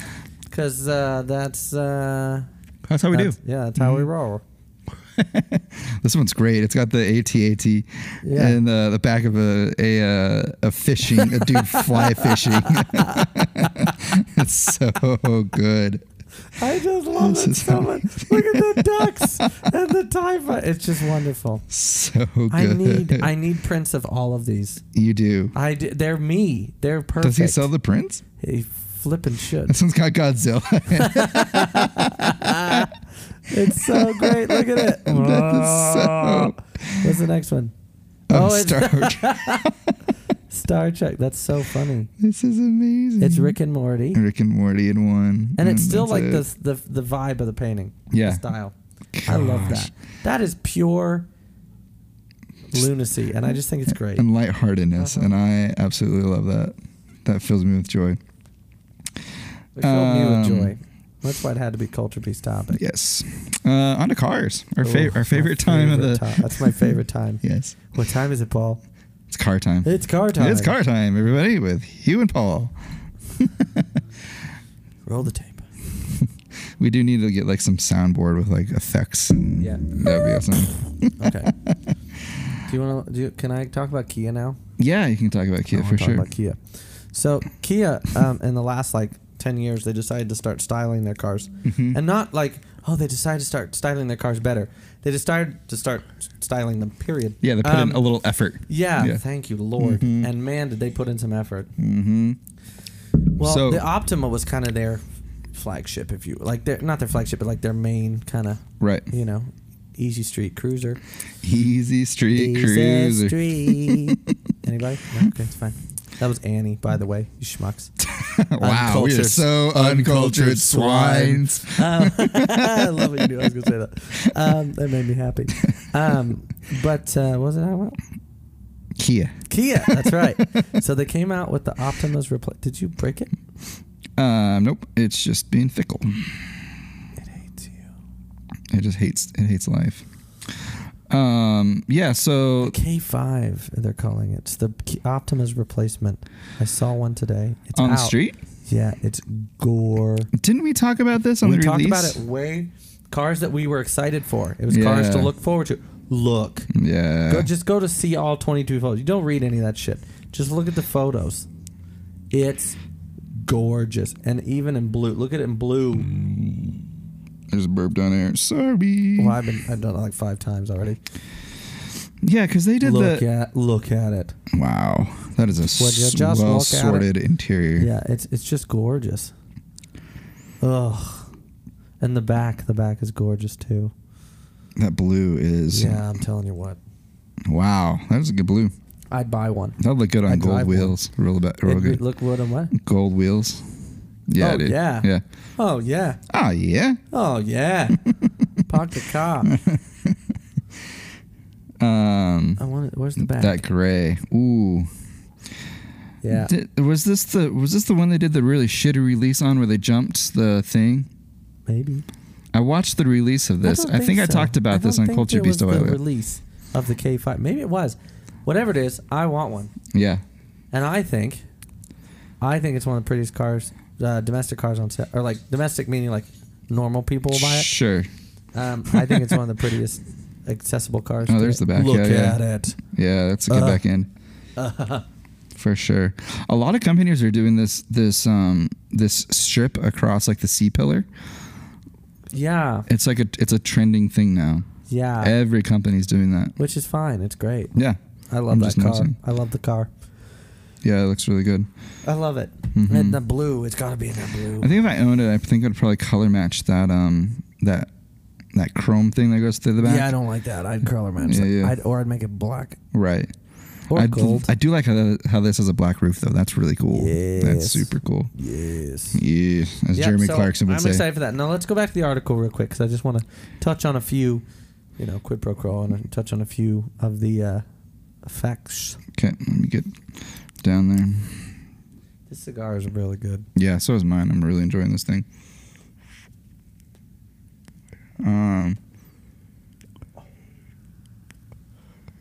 B: Because uh, that's uh,
A: That's how we do. Mm-hmm.
B: that's- Yeah, that's how we roll.
A: This one's great. It's got the ATAT
B: Yeah.
A: in the, the back of a a, uh, a fishing a dude fly fishing. it's so good.
B: I just love
A: This
B: it
A: is
B: so much. Look at the ducks and the tie. fi- It's just wonderful.
A: So good.
B: I need I need prints of all of these.
A: you do.
B: I d- they're me. They're perfect.
A: Does he sell the prints?
B: He flipping should.
A: This one's got Godzilla.
B: It's so great. Look at it.
A: That
B: What's the next one?
A: Oh,
B: Oh, it's-
A: Star Trek.
B: Star Trek. That's so funny.
A: This is amazing.
B: It's Rick and Morty.
A: Rick and Morty in one.
B: And it's still
A: Mm-hmm. Mm, that's
B: like
A: it.
B: the, the the vibe of the painting.
A: Yeah.
B: The style. I love
A: Gosh.
B: that. That is pure lunacy. And I just think it's great.
A: and lightheartedness, and I absolutely love that. That fills me with joy.
B: It filled me with
A: um,
B: joy. That's why it had to be Culture Beast topic.
A: Yes. Uh, on to cars. Our,
B: Oh,
A: fav-
B: my
A: our favorite time of
B: favorite
A: the.
B: ti- That's my favorite time.
A: Yes.
B: What time is it, Paul?
A: It's car time.
B: It's car time.
A: It's car time, everybody, with Hugh and Paul.
B: Roll the tape.
A: We do need to get like some soundboard with like effects. And
B: Yeah.
A: That'd be awesome.
B: Okay. do you want to? Do you, can I talk about Kia now?
A: Yeah, you can talk about
B: I
A: Kia
B: wanna
A: for
B: talk
A: sure.
B: About Kia. So Kia, um, in the last like ten years, they decided to start styling their cars,
A: Mm-hmm.
B: and not like oh they decided to start styling their cars better. They decided to start styling them. Period.
A: yeah, they put
B: Um,
A: in a little effort.
B: Yeah,
A: yeah.
B: Thank you, Lord. And man, did they put in some effort.
A: Mm-hmm.
B: Well,
A: So-
B: the Optima was kind of their flagship, if you like. Their not their flagship, but like their main kind of
A: Right.
B: you know easy street cruiser.
A: Easy Street
B: Easy
A: Cruiser.
B: Street. Anybody? No? Okay, it's fine. That was Annie, by the way. You schmucks.
A: wow, we are
B: Uncultured-
A: so uncultured
B: uncultured
A: swines.
B: Um, I love what you knew I was going to say that. Um, that made me happy. Um, but uh, what was it out?
A: Kia.
B: Kia. That's right. so they came out with the Optima's replace. Did you break it?
A: Um, nope. It's just being fickle.
B: It hates you.
A: It just hates. It hates life. Um. Yeah. So
B: K5, they're calling it. It's the K- Optima's replacement. I saw one today. It's
A: on the
B: out.
A: street,
B: Yeah, it's gore.
A: didn't we talk about this on
B: we
A: the
B: talked
A: release?
B: about it way cars that we were excited for. It was cars to
A: Yeah.
B: look forward to. Look,
A: Yeah.
B: go, just go to see all 22 photos. You don't read any of that shit. Just look at the photos. It's gorgeous, and even in blue. Look at it in blue.
A: Mm. I just burped on air. Sorry.
B: Well, I've been I've done it like five times already.
A: Yeah, because they did
B: Look
A: the.
B: at look at it.
A: Wow, that is a
B: Would you
A: s-
B: just walk
A: well
B: out
A: sorted interior.
B: Yeah, it's it's just gorgeous. Ugh, and the back the back is gorgeous too.
A: That blue is.
B: Yeah, I'm telling you what,
A: Wow, that is a good blue.
B: I'd buy one.
A: That'd look good on
B: I'd
A: gold
B: drive one.
A: wheels. Real, about, real
B: It'd be-
A: good.
B: Look what and what?
A: Gold wheels. Yeah,
B: Oh,
A: dude.
B: yeah.
A: Yeah.
B: Oh yeah.
A: Oh yeah.
B: Oh yeah. Park the car.
A: Um,
B: I want it. Where's the back?
A: that gray. Ooh.
B: yeah.
A: Did- was this the was this the one they did the really shitty release on where they jumped the thing?
B: Maybe.
A: I watched the release of this.
B: don't
A: I, think I
B: so.
A: talked about
B: I
A: this
B: don't
A: on
B: think
A: Culture
B: there was
A: Beast. a while
B: the
A: ago.
B: release of the K5. Maybe it was. Whatever it is, I want one.
A: yeah.
B: And I think, I think it's one of the prettiest cars, uh, domestic cars on sale, or like domestic meaning like normal people will buy it.
A: Sure.
B: Um, I think it's one of the prettiest accessible cars.
A: Oh,
B: to
A: there's
B: get.
A: the back,
B: Look
A: yeah, yeah.
B: at it.
A: Yeah, that's a good
B: Uh.
A: back end. For sure. A lot of companies are doing this this um this strip across like the C pillar.
B: Yeah,
A: It's like a it's a trending thing now.
B: yeah.
A: Every company's doing that.
B: Which is fine. It's great.
A: Yeah.
B: I
A: I'm
B: love that
A: just
B: car.
A: noticing.
B: I love the car.
A: Yeah, it looks really good.
B: I love it.
A: Mhm.
B: And the blue. It's got to be in that blue.
A: I think if I owned it, I think I'd probably color match that um that that chrome thing that goes through the back.
B: Yeah, I don't like that. I'd color match.
A: Yeah,
B: that.
A: yeah.
B: I'd, or I'd make it black
A: Right.
B: or
A: I,
B: gold.
A: I do like how, that, how this has a black roof though. That's really cool. That's
B: Yes.
A: super cool.
B: yes.
A: Yeah, as
B: Yep,
A: Jeremy
B: so
A: Clarkson would
B: I'm
A: say.
B: excited for that. Now let's go back to the article real quick because I just want to touch on a few, you know, quid pro quo and touch on a few of the uh, facts.
A: Okay, let me get down there.
B: This cigar is really good.
A: Yeah, so is mine. I'm really enjoying this thing. Um.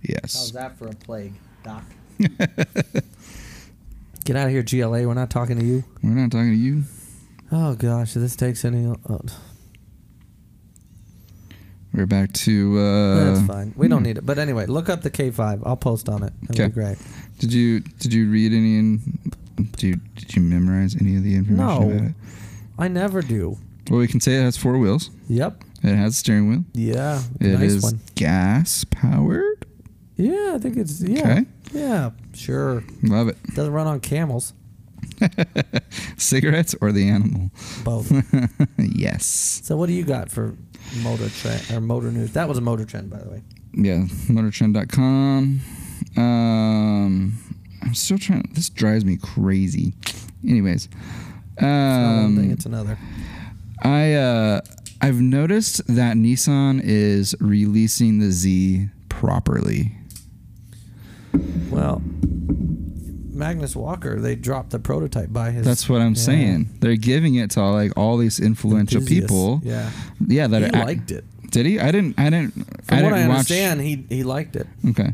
A: Yes.
B: that for a plague, Doc? Get out of here, GLA. We're not talking to you.
A: We're not talking to you.
B: Oh gosh, if this takes any. Oh,
A: We're back to. Uh,
B: that's fine. We don't need it. But anyway, look up the K5. I'll post on it. That'd
A: Okay.
B: be great.
A: Did you did you read any? In, do you, did you memorize any of the information
B: No.
A: about it?
B: I never do.
A: Well, we can say it has four wheels.
B: Yep.
A: It has a steering wheel.
B: Yeah.
A: It is
B: nice one.
A: gas powered.
B: Yeah, I think it's yeah.
A: Okay.
B: Yeah, sure.
A: Love it.
B: Doesn't run on camels.
A: Cigarettes or the animal?
B: Both.
A: yes.
B: so what do you got for motor trend or motor news? That was a motor trend, by the way.
A: yeah, motortrend.com. Um, I'm still trying. This drives me crazy. Anyways,
B: It's not one thing,
A: um,
B: it's another.
A: I uh, I've noticed that Nissan is releasing the Z properly.
B: Well, Magnus Walker, they dropped the prototype by his.
A: That's what I'm
B: Yeah.
A: saying. They're giving it to like all these influential
B: Enthusiasts.
A: people.
B: Yeah,
A: Yeah, that
B: he
A: are,
B: liked it.
A: Did he? I didn't. I didn't.
B: From
A: I
B: what
A: didn't
B: I
A: watch-
B: understand, he he liked it.
A: Okay.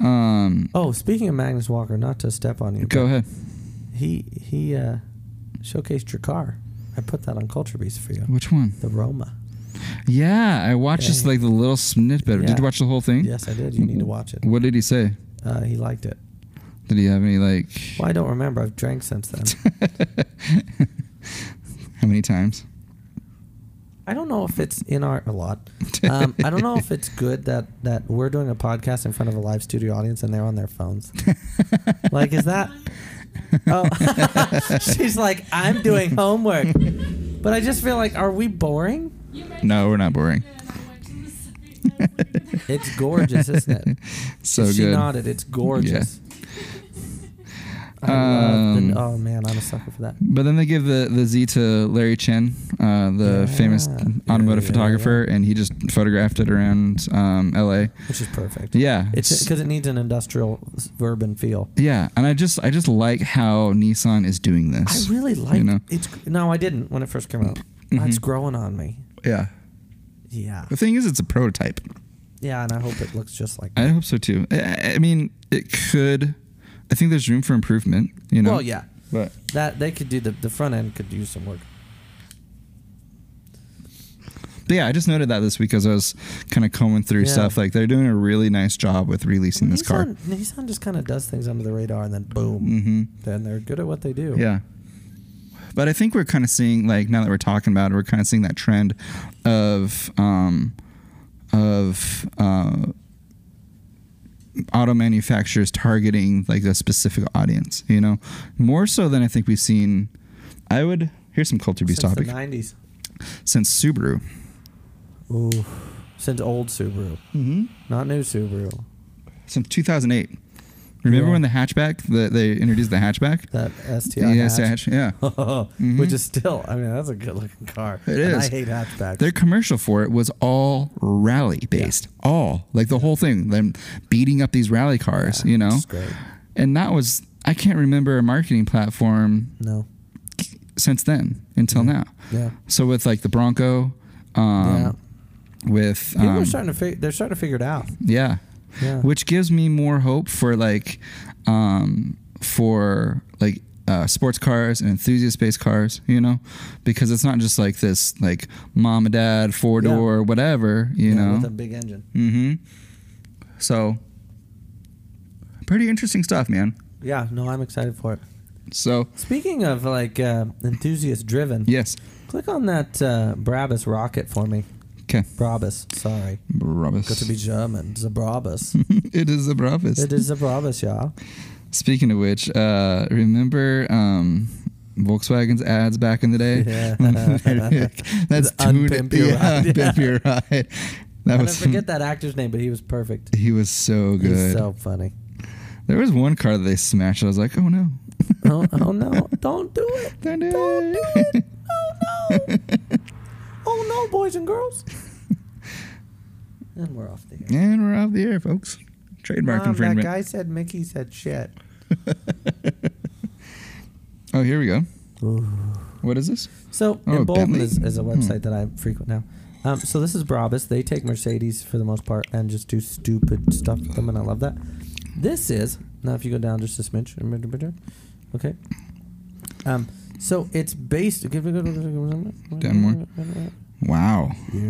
A: Um,
B: Oh, speaking of Magnus Walker, not to step on you,
A: go ahead.
B: but he he uh, showcased your car. I put that on Culture Beast for you.
A: Which one?
B: The Roma.
A: Yeah, I watched
B: Yeah,
A: just
B: he-
A: like the little snippet.
B: Yeah.
A: Did you watch the whole thing?
B: Yes, I did. You need to watch it.
A: What did he say?
B: Uh, he liked it.
A: Did he have any like?
B: Well, I don't remember. I've drank since then.
A: How many times?
B: I don't know if it's in our a lot. Um, I don't know if it's good that that we're doing a podcast in front of a live studio audience and they're on their phones. like, is that? Oh, she's like, I'm doing homework, but I just feel like, are we boring?
C: You mentioned
A: No, we're not boring.
C: it, and I went to the site, and I was looking at
B: It's gorgeous, isn't it?
A: So
B: she
A: good.
B: nodded. It's gorgeous. I love
A: Um,
B: the, oh man, I'm a sucker for that.
A: But then they give the, the Z to Larry Chen, uh, the
B: Yeah.
A: famous
B: Yeah,
A: automotive
B: yeah,
A: photographer, and he just photographed it around um, L.A.
B: Which is perfect.
A: Yeah,
B: It's because it needs an industrial s- urban feel.
A: yeah, and I just I just like how Nissan is doing
B: I
A: this.
B: really like
A: know?
B: it's no, I didn't when it first came out. It's
A: Mhm.
B: growing on me.
A: yeah.
B: Yeah.
A: The thing is, it's a prototype.
B: Yeah, and I hope it looks just like
A: I hope so too. I, I mean, it could. I think there's room for improvement. You know.
B: Well, yeah.
A: But
B: That they could do the the front end could use some work.
A: But yeah, I just noted that this week as I was kind of combing through
B: Yeah.
A: stuff. Like they're doing a really nice job with releasing this car.
B: Nissan, Nissan just kind of does things under the radar and then boom.
A: hmm
B: Then they're good at what they do.
A: Yeah. But I think we're kind of seeing like now that we're talking about it, we're kind of seeing that trend of um, of uh, auto manufacturers targeting like a specific audience. You know, more so than I think we've seen. I would here's some culture
B: Since
A: beast topic
B: the 90s.
A: since Subaru.
B: Ooh. Since old Subaru,
A: Mm-hmm.
B: not new Subaru.
A: Since 2008, Remember
B: Yeah.
A: when the hatchback, the, they introduced the hatchback?
B: That
A: Yeah,
B: STI.
A: the ES
B: hatch.
A: hatch. Yeah.
B: Which is still, I mean, that's a good looking car.
A: It
B: And I
A: is.
B: hate hatchbacks.
A: Their commercial for it was all rally based, all like the whole thing, them beating up these rally cars, you know?
B: It's great.
A: And that was, I can't remember a marketing platform
B: No.
A: since then until now.
B: Yeah.
A: So with like the Bronco, um,
B: yeah.
A: with
B: People
A: um,
B: are starting to fig- they're starting to figure it out.
A: yeah,
B: Yeah.
A: which gives me more hope for like um, for like uh, sports cars and enthusiast based cars, you know, because it's not just like this like mom and dad four door whatever, you
B: Yeah,
A: know.
B: with a big engine.
A: Mm-hmm. So, pretty interesting stuff, man.
B: Yeah, no, I'm excited for it.
A: So,
B: Speaking of like uh, enthusiast driven,
A: yes.
B: click on that uh, Brabus rocket for me.
A: Okay.
B: Brabus, sorry.
A: Brabus.
B: Got to be German. It's a
A: Hmm.
B: Brabus.
A: it is a Brabus.
B: it is a Brabus, yeah.
A: Speaking of which, uh, remember um, Volkswagen's ads back in the day?
B: Yeah.
A: That's
B: The unpimp your ride.
A: unpimp your ride. That
B: I
A: was
B: forget that actor's name, but he was perfect.
A: He was so good.
B: He's so funny.
A: there was one car that they smashed. I was like, oh no.
B: Oh, oh no! Don't do it!
A: Don't do
B: Don't do
A: it.
B: it! Oh no! Oh no, boys and girls! And we're off the air.
A: and we're off the air, folks. Trademark
B: Mom, Um, that
A: infringement.
B: guy said Mickey said shit.
A: Oh, here we go. What is this?
B: So
A: Oh,
B: Embolden
A: Bentley?
B: is, is a
A: Hmm.
B: website that I frequent now. Um, so this is Brabus. They take Mercedes for the most part and just do stupid stuff with them, and I love that. This is now if you go down just a smidge. Okay. Um, so it's based. Down
A: more. Wow.
B: Yeah.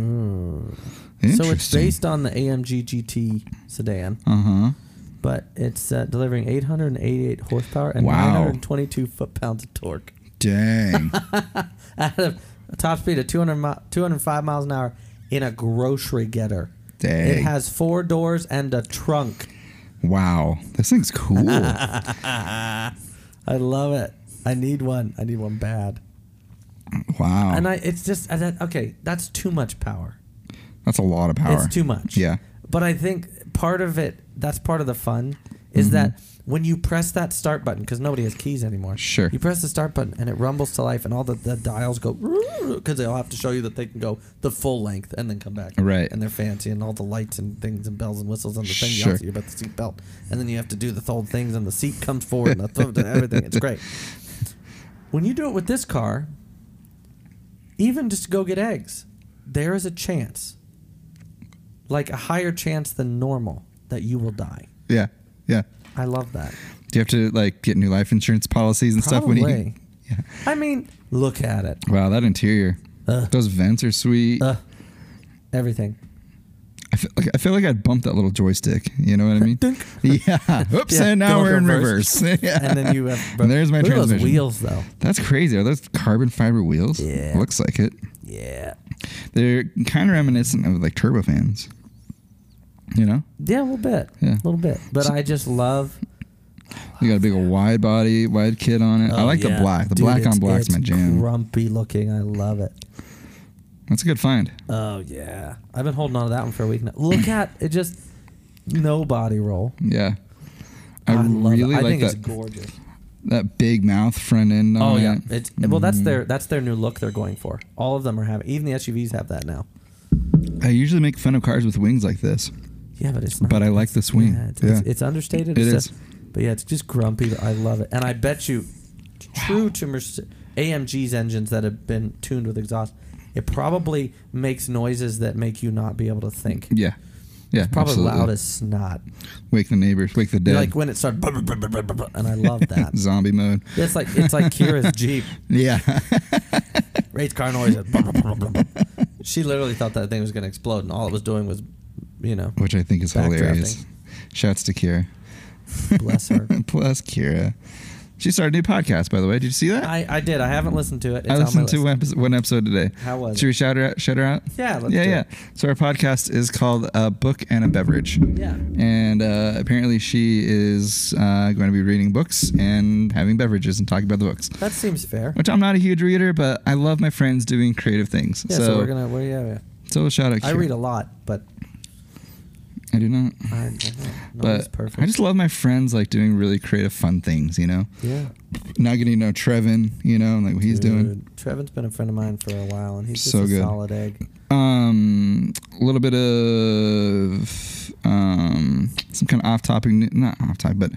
A: Interesting.
B: So it's based on the AMG GT sedan,
A: Uh huh.
B: but it's uh, delivering 888 horsepower and
A: Wow.
B: 922 foot pounds of torque.
A: Dang.
B: at a, a top speed of 200 mi- 205 miles an hour in a grocery getter.
A: Dang.
B: It has four doors and a trunk.
A: wow. This thing's cool.
B: I love it. I need one. I need one bad.
A: wow.
B: And I, it's just I said, okay, that's too much power.
A: That's a lot of power.
B: It's too much.
A: Yeah.
B: But I think part of it, that's part of the fun, is
A: Mm-hmm.
B: that when you press that start button, because nobody has keys anymore.
A: Sure.
B: You press the start button and it rumbles to life, and all the, the dials go because they'll have to show you that they can go the full length and then come back.
A: Right.
B: And they're fancy, and all the lights and things and bells and whistles and the thing
A: Sure.
B: yells at you about the seat belt, and then you have to do the whole things, and the seat comes forward and the thumb and everything. It's great. When you do it with this car, even just to go get eggs, there is a chance, like a higher chance than normal, that you will die.
A: Yeah. Yeah.
B: I love that.
A: Do you have to like get new life insurance policies and stuff when you?
B: Probably.
A: Yeah.
B: I mean, look at it.
A: Wow, that interior.
B: Ugh.
A: Those vents are sweet.
B: Ugh. everything.
A: I, feel like, I feel like I'd bump that little joystick. You know what I mean?
B: Dunk.
A: yeah. Oops,
B: Yeah,
A: and now
B: going
A: we're in
B: reverse.
A: reverse. yeah.
B: And then you have.
A: And there's my
B: Look at
A: transmission.
B: Those wheels, though.
A: That's crazy. Are those carbon fiber wheels?
B: Yeah.
A: Looks like it.
B: Yeah.
A: They're kind of reminiscent of like turbofans. You know,
B: Yeah, a little bit.
A: Yeah.
B: A little bit. But I just love.
A: you got a big old wide body, wide kit on it. I
B: Oh,
A: like
B: yeah.
A: the black. The
B: Dude,
A: black
B: it's-
A: on black's
B: it's
A: my jam.
B: Grumpy looking. I love it.
A: That's a good find.
B: Oh yeah, I've been holding on to that one for a week now. Look at it, just no body roll.
A: Yeah. I,
B: I, love
A: really
B: it. I
A: like
B: think
A: that,
B: it's gorgeous.
A: that big mouth front end. On
B: Oh yeah,
A: it.
B: it's well that's
A: Mm.
B: their that's their new look they're going for. All of them are having, even the SUVs have that now.
A: I usually make fun of cars with wings like this,
B: Yeah, but it's not.
A: but I like this wing.
B: yeah, it's,
A: Yeah.
B: It's, it's understated.
A: It
B: it's
A: is.
B: just- but yeah, it's just grumpy. but I love it, and I bet you, true to Merce- AMG's engines that have been tuned with exhaust, it probably makes noises that make you not be able to think.
A: yeah. Yeah,
B: Probably
A: absolutely.
B: loud as snot.
A: Wake the neighbors, wake the dead.
B: Like when it started, and I love that.
A: Zombie mode.
B: It's like it's like Kira's Jeep
A: Yeah.
B: race car noise. she literally thought that thing was going to explode, and all it was doing was, you know,
A: Which I think is
B: Backdrafting.
A: hilarious. Shouts to Kira.
B: bless her.
A: Plus Kira. She started a new podcast, by the way. Did you see that?
B: I, I did. I haven't listened to it. It's
A: I
B: on my
A: listened
B: list.
A: to one episode, one episode today.
B: How was
A: Should
B: it?
A: we shout her out? Shout her out?
B: Yeah, let's
A: yeah,
B: do
A: yeah.
B: it.
A: So our podcast is called A Book and a Beverage.
B: Yeah.
A: And uh, apparently she is uh, going to be reading books and having beverages and talking about the books.
B: That seems fair.
A: Which I'm not a huge reader, but I love my friends doing creative things.
B: Yeah, so,
A: so
B: we're gonna. We're, yeah, yeah.
A: so shout out.
B: I
A: Kira.
B: read a lot, but
A: I do not.
B: I, I don't know. No, it's
A: but
B: perfect.
A: I just love my friends like doing really creative, fun things. You know,
B: yeah.
A: not getting to know Trevin. You know, and, like what he's doing.
B: Dude, Trevin's been a friend of mine for a while, and he's just
A: So
B: a
A: good.
B: solid egg.
A: Um, a little bit of um some kind of off-topic, n- not off-topic, but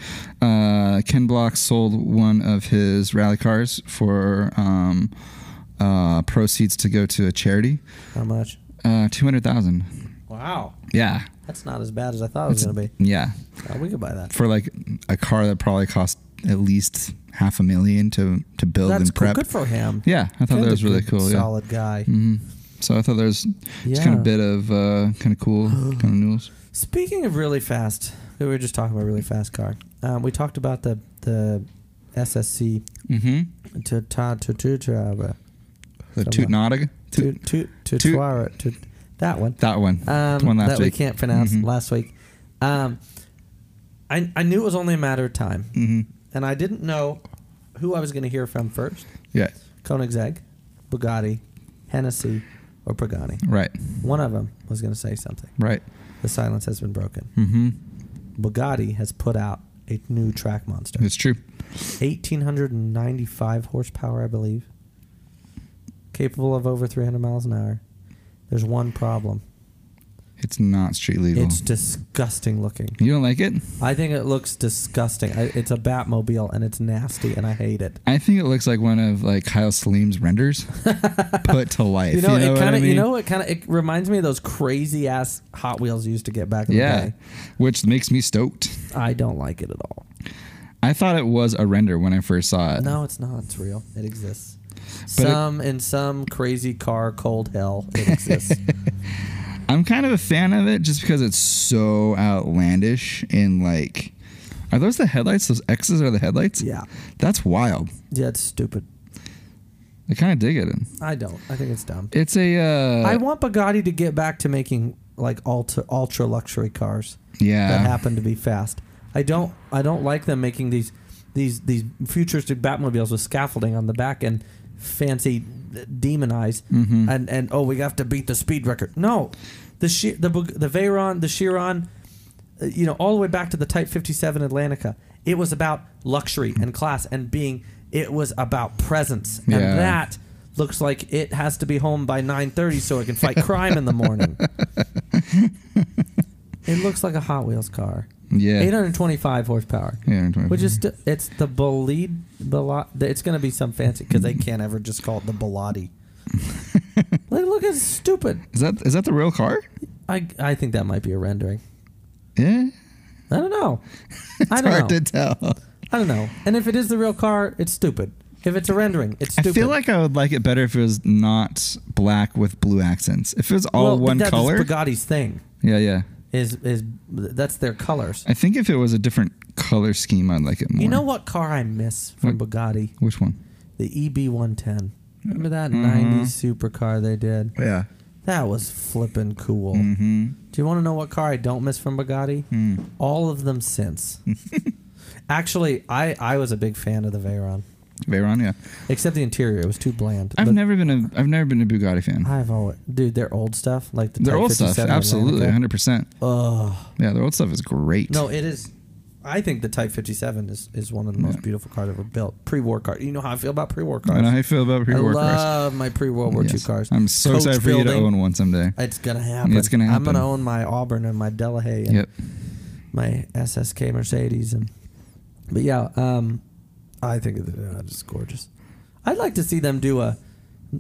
A: uh, Ken Block sold one of his rally cars for um uh proceeds to go to a charity.
B: How much?
A: Uh, two hundred thousand.
B: Wow,
A: Yeah,
B: that's not as bad as I thought it was gonna be.
A: yeah.
B: Oh, we could buy that.
A: for like a car that probably cost at least half a million to to build
B: That's
A: and
B: cool.
A: prep.
B: good for him.
A: Yeah, I thought that was
B: Ken's a
A: really
B: good,
A: cool. Yeah.
B: Solid guy.
A: hmm So I thought there was just kind
B: Yeah.
A: of bit of uh, kind of cool kind of news.
B: Speaking of really fast, we were just talking about really fast car. Um, we talked about the the SSC
A: Mm-hmm.
B: to ta to to uh, to
A: The
B: Come
A: Toot
B: on.
A: Nautica,
B: to
A: Toot-
B: to to
A: Toot.
B: Tuara- to that one.
A: that one,
B: um,
A: the one last
B: that we
A: week.
B: can't pronounce
A: Mhm.
B: last week. Um, I I knew it was only a matter of time,
A: hmm
B: and I didn't know who I was going to hear from first:
A: Yeah,
B: Koenigsegg, Bugatti, Hennessy, or Pagani.
A: right,
B: One of them was going to say something.
A: right.
B: The silence has been broken.
A: Mm-hmm.
B: Bugatti has put out a new track monster,
A: It's true.
B: 1895 horsepower, I believe, capable of over 300 miles an hour. There's one problem.
A: It's not street legal.
B: It's disgusting looking.
A: you don't like it?
B: I think it looks disgusting. I, it's a Batmobile and it's nasty and I hate it.
A: I think it looks like one of like Kyle Salim's renders put to life.
B: You know, it
A: what I
B: kind of you
A: mean?
B: know it kind of it reminds me of those crazy ass Hot Wheels used to get back in
A: yeah,
B: the day.
A: which makes me stoked.
B: I don't like it at all.
A: I thought it was a render when I first saw it.
B: No, it's not. It's real. It exists. some in some crazy car cold hell it exists.
A: I'm kind of a fan of it just because it's so outlandish and like are those the headlights? Those X's are the headlights?
B: yeah.
A: That's wild.
B: Yeah, it's stupid.
A: I kind of dig it.
B: I don't. I think it's dumb.
A: It's a uh
B: I want Bugatti to get back to making like ultra ultra luxury cars. that
A: yeah.
B: happen to be fast. I don't I don't like them making these these these futuristic Batmobiles with scaffolding on the back and fancy demon eyes
A: Mhm.
B: and and oh we have to beat the speed record. No, the she, the Bug- the Veyron the Chiron, uh, you know all the way back to the Type 57 Atlantica. It was about luxury and class and being. It was about presence and
A: Yeah.
B: that looks like it has to be home by 9:30 so it can fight crime in the morning. It looks like a Hot Wheels car.
A: Yeah.
B: 825 horsepower,
A: 825.
B: which is st- it's the Bolide. Bolo- it's going to be some fancy because they can't ever just call it the Bolati. like, look, it's stupid.
A: Is that is that the real car?
B: I I think that might be a rendering.
A: Yeah.
B: I don't know.
A: It's
B: I don't
A: hard
B: know.
A: to tell.
B: I don't know. And if it is the real car, it's stupid. If it's a rendering, it's
A: I
B: stupid.
A: feel like I would like it better if it was not black with blue accents. If it was all
B: well, but
A: one
B: that's
A: color.
B: Bugatti's thing
A: yeah, yeah.
B: is is that's their colors.
A: I think if it was a different color scheme I'd like it more.
B: You know what car I miss from
A: What?
B: Bugatti?
A: Which one?
B: The E EB110. Remember that
A: Mhm.
B: 90s supercar they did?
A: Yeah.
B: That was flippin' cool.
A: Mhm.
B: Do you want to know what car I don't miss from Bugatti?
A: Mm.
B: All of them since. Actually, I, I was a big fan of the Veyron,
A: Veyron, yeah.
B: except the interior. It was too bland.
A: I've
B: But
A: never been a I've never been a Bugatti fan.
B: I've always, dude, their old stuff, like the
A: Their
B: Type
A: old stuff,
B: 57
A: absolutely,
B: Atlantica.
A: hundred percent.
B: Ugh.
A: Yeah, their old stuff is great.
B: no, it is. I think the Type 57 is, is one of the most
A: Yeah.
B: beautiful cars ever built. Pre-war car. You know how I feel about pre-war cars.
A: I know how you feel about
B: I
A: pre-war cars.
B: love my pre-World War II
A: Yes.
B: cars.
A: I'm so
B: Coach
A: excited for you to
B: building.
A: own one someday.
B: It's gonna happen.
A: It's gonna
B: I'm gonna
A: happen.
B: own my Auburn and my Delahaye and
A: Yep.
B: my SSK Mercedes and. But yeah, um, I think that uh, it's gorgeous. I'd like to see them do a,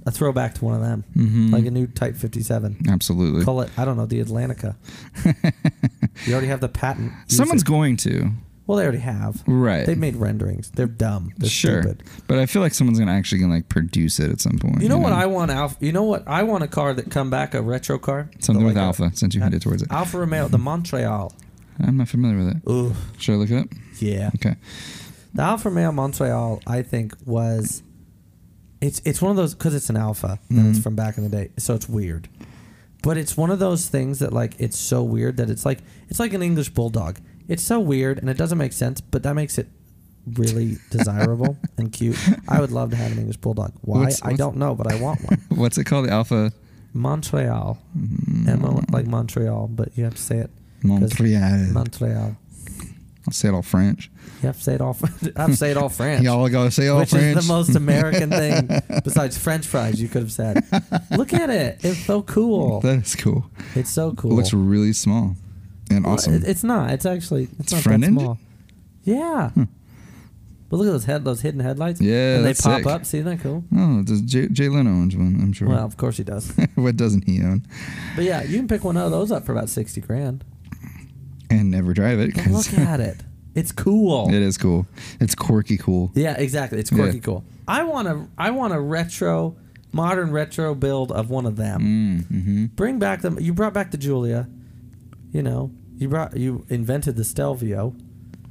B: a throwback to one of them,
A: Mhm.
B: like a new Type 57.
A: Absolutely.
B: Call it I don't know the Atlantica. you already have the patent. Use
A: Someone's
B: it.
A: going to.
B: well, they already have.
A: Right.
B: They've made renderings. They're dumb. They're
A: sure.
B: stupid.
A: But I feel like someone's gonna actually gonna like produce it at some point.
B: You know what I want? Alpha. You know what I want? A car that come back a retro car.
A: Something
B: Like
A: with
B: a-
A: Alpha, since you
B: uh,
A: hinted towards it.
B: Alfa Romeo, the Montreal.
A: I'm not familiar with it.
B: Ooh,
A: Should I look it up?
B: yeah.
A: Okay.
B: The Alfa Romeo Montreal, I think, was it's it's one of those because it's an Alpha and it's
A: Mhm.
B: from back in the day, so it's weird. But it's one of those things that like it's so weird that it's like it's like an English bulldog. It's so weird and it doesn't make sense, but that makes it really desirable and cute. I would love to have an English bulldog. Why
A: What's-
B: I
A: what's-
B: don't know, but I want one.
A: What's it called? The Alpha
B: Montreal,
A: Mm,
B: M O like Montreal, but you have to say it.
A: Montreal.
B: Montreal.
A: I'll say it all French.
B: You have to say it all. Fr- I have to say it all French.
A: Y'all go say all
B: which
A: French.
B: is the most American thing besides French fries you could have said. Look at it. It's so cool.
A: That is cool.
B: It's so cool.
A: It looks really small and
B: Well,
A: awesome.
B: it- it's not. It's actually it's,
A: It's
B: not
A: front
B: that
A: end?
B: small. Yeah.
A: Hmm.
B: But look at those head those hidden headlights.
A: Yeah,
B: And they
A: that's
B: pop
A: sick.
B: up. See isn't that cool?
A: oh, does Jay, Jay Leno owns one? I'm sure.
B: Well, of course he does.
A: what doesn't he own?
B: but yeah, you can pick one of those up for about sixty grand.
A: And never drive it.
B: But
A: 'cause
B: look at it. It's cool.
A: it is cool. It's quirky cool.
B: Yeah, exactly. It's quirky
A: Yeah.
B: cool. I want a I want a retro modern retro build of one of them.
A: Mm, hmm
B: Bring back them. You brought back the Julia. You know, you brought you invented the Stelvio.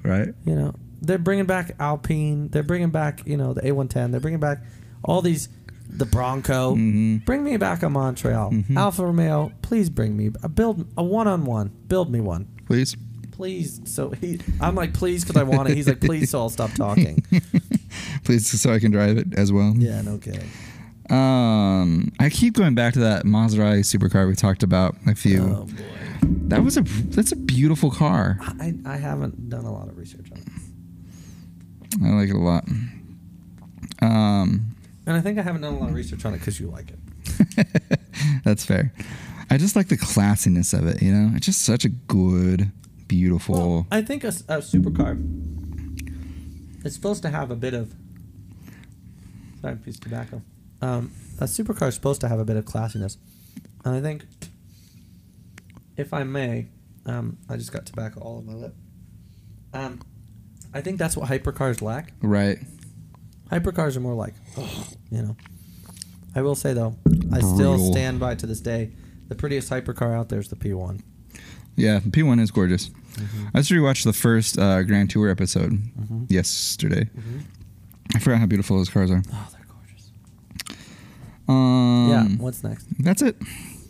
A: Right.
B: You know, they're bringing back Alpine. They're bringing back you know the A110. They're bringing back all these the Bronco.
A: Mhm.
B: Bring me back a Montreal
A: Mm-hmm.
B: Alfa Romeo. Please bring me a build a one on one. Build me one.
A: Please.
B: Please, so he, I'm like, please, because I want it. He's like, please, so I'll stop talking.
A: Please, so I can drive it as well.
B: Yeah, no kidding.
A: Um, I keep going back to that Maserati supercar we talked about a few.
B: Oh boy.
A: That was a that's a beautiful car.
B: I, I haven't done a lot of research on it.
A: I like it a lot. Um,
B: And I think I haven't done a lot of research on it because you like it.
A: that's fair. I just like the classiness of it. You know, it's just such a good, beautiful.
B: I think a, s- a supercar is supposed to have a bit of. Sorry, piece of tobacco. Um, a supercar is supposed to have a bit of classiness. And I think, if I may, um, I just got tobacco all over my lip. Um, I think that's what hypercars lack.
A: right.
B: Hypercars are more like, you know. I will say though, I still
A: Brutal.
B: stand by to this day. The prettiest hypercar out there is the P1.
A: Yeah, the P1 is gorgeous. I just rewatched the first uh, Grand Tour episode
B: Mm-hmm.
A: yesterday. I forgot how beautiful those cars are.
B: Oh, they're gorgeous.
A: Um,
B: yeah. What's next?
A: That's it.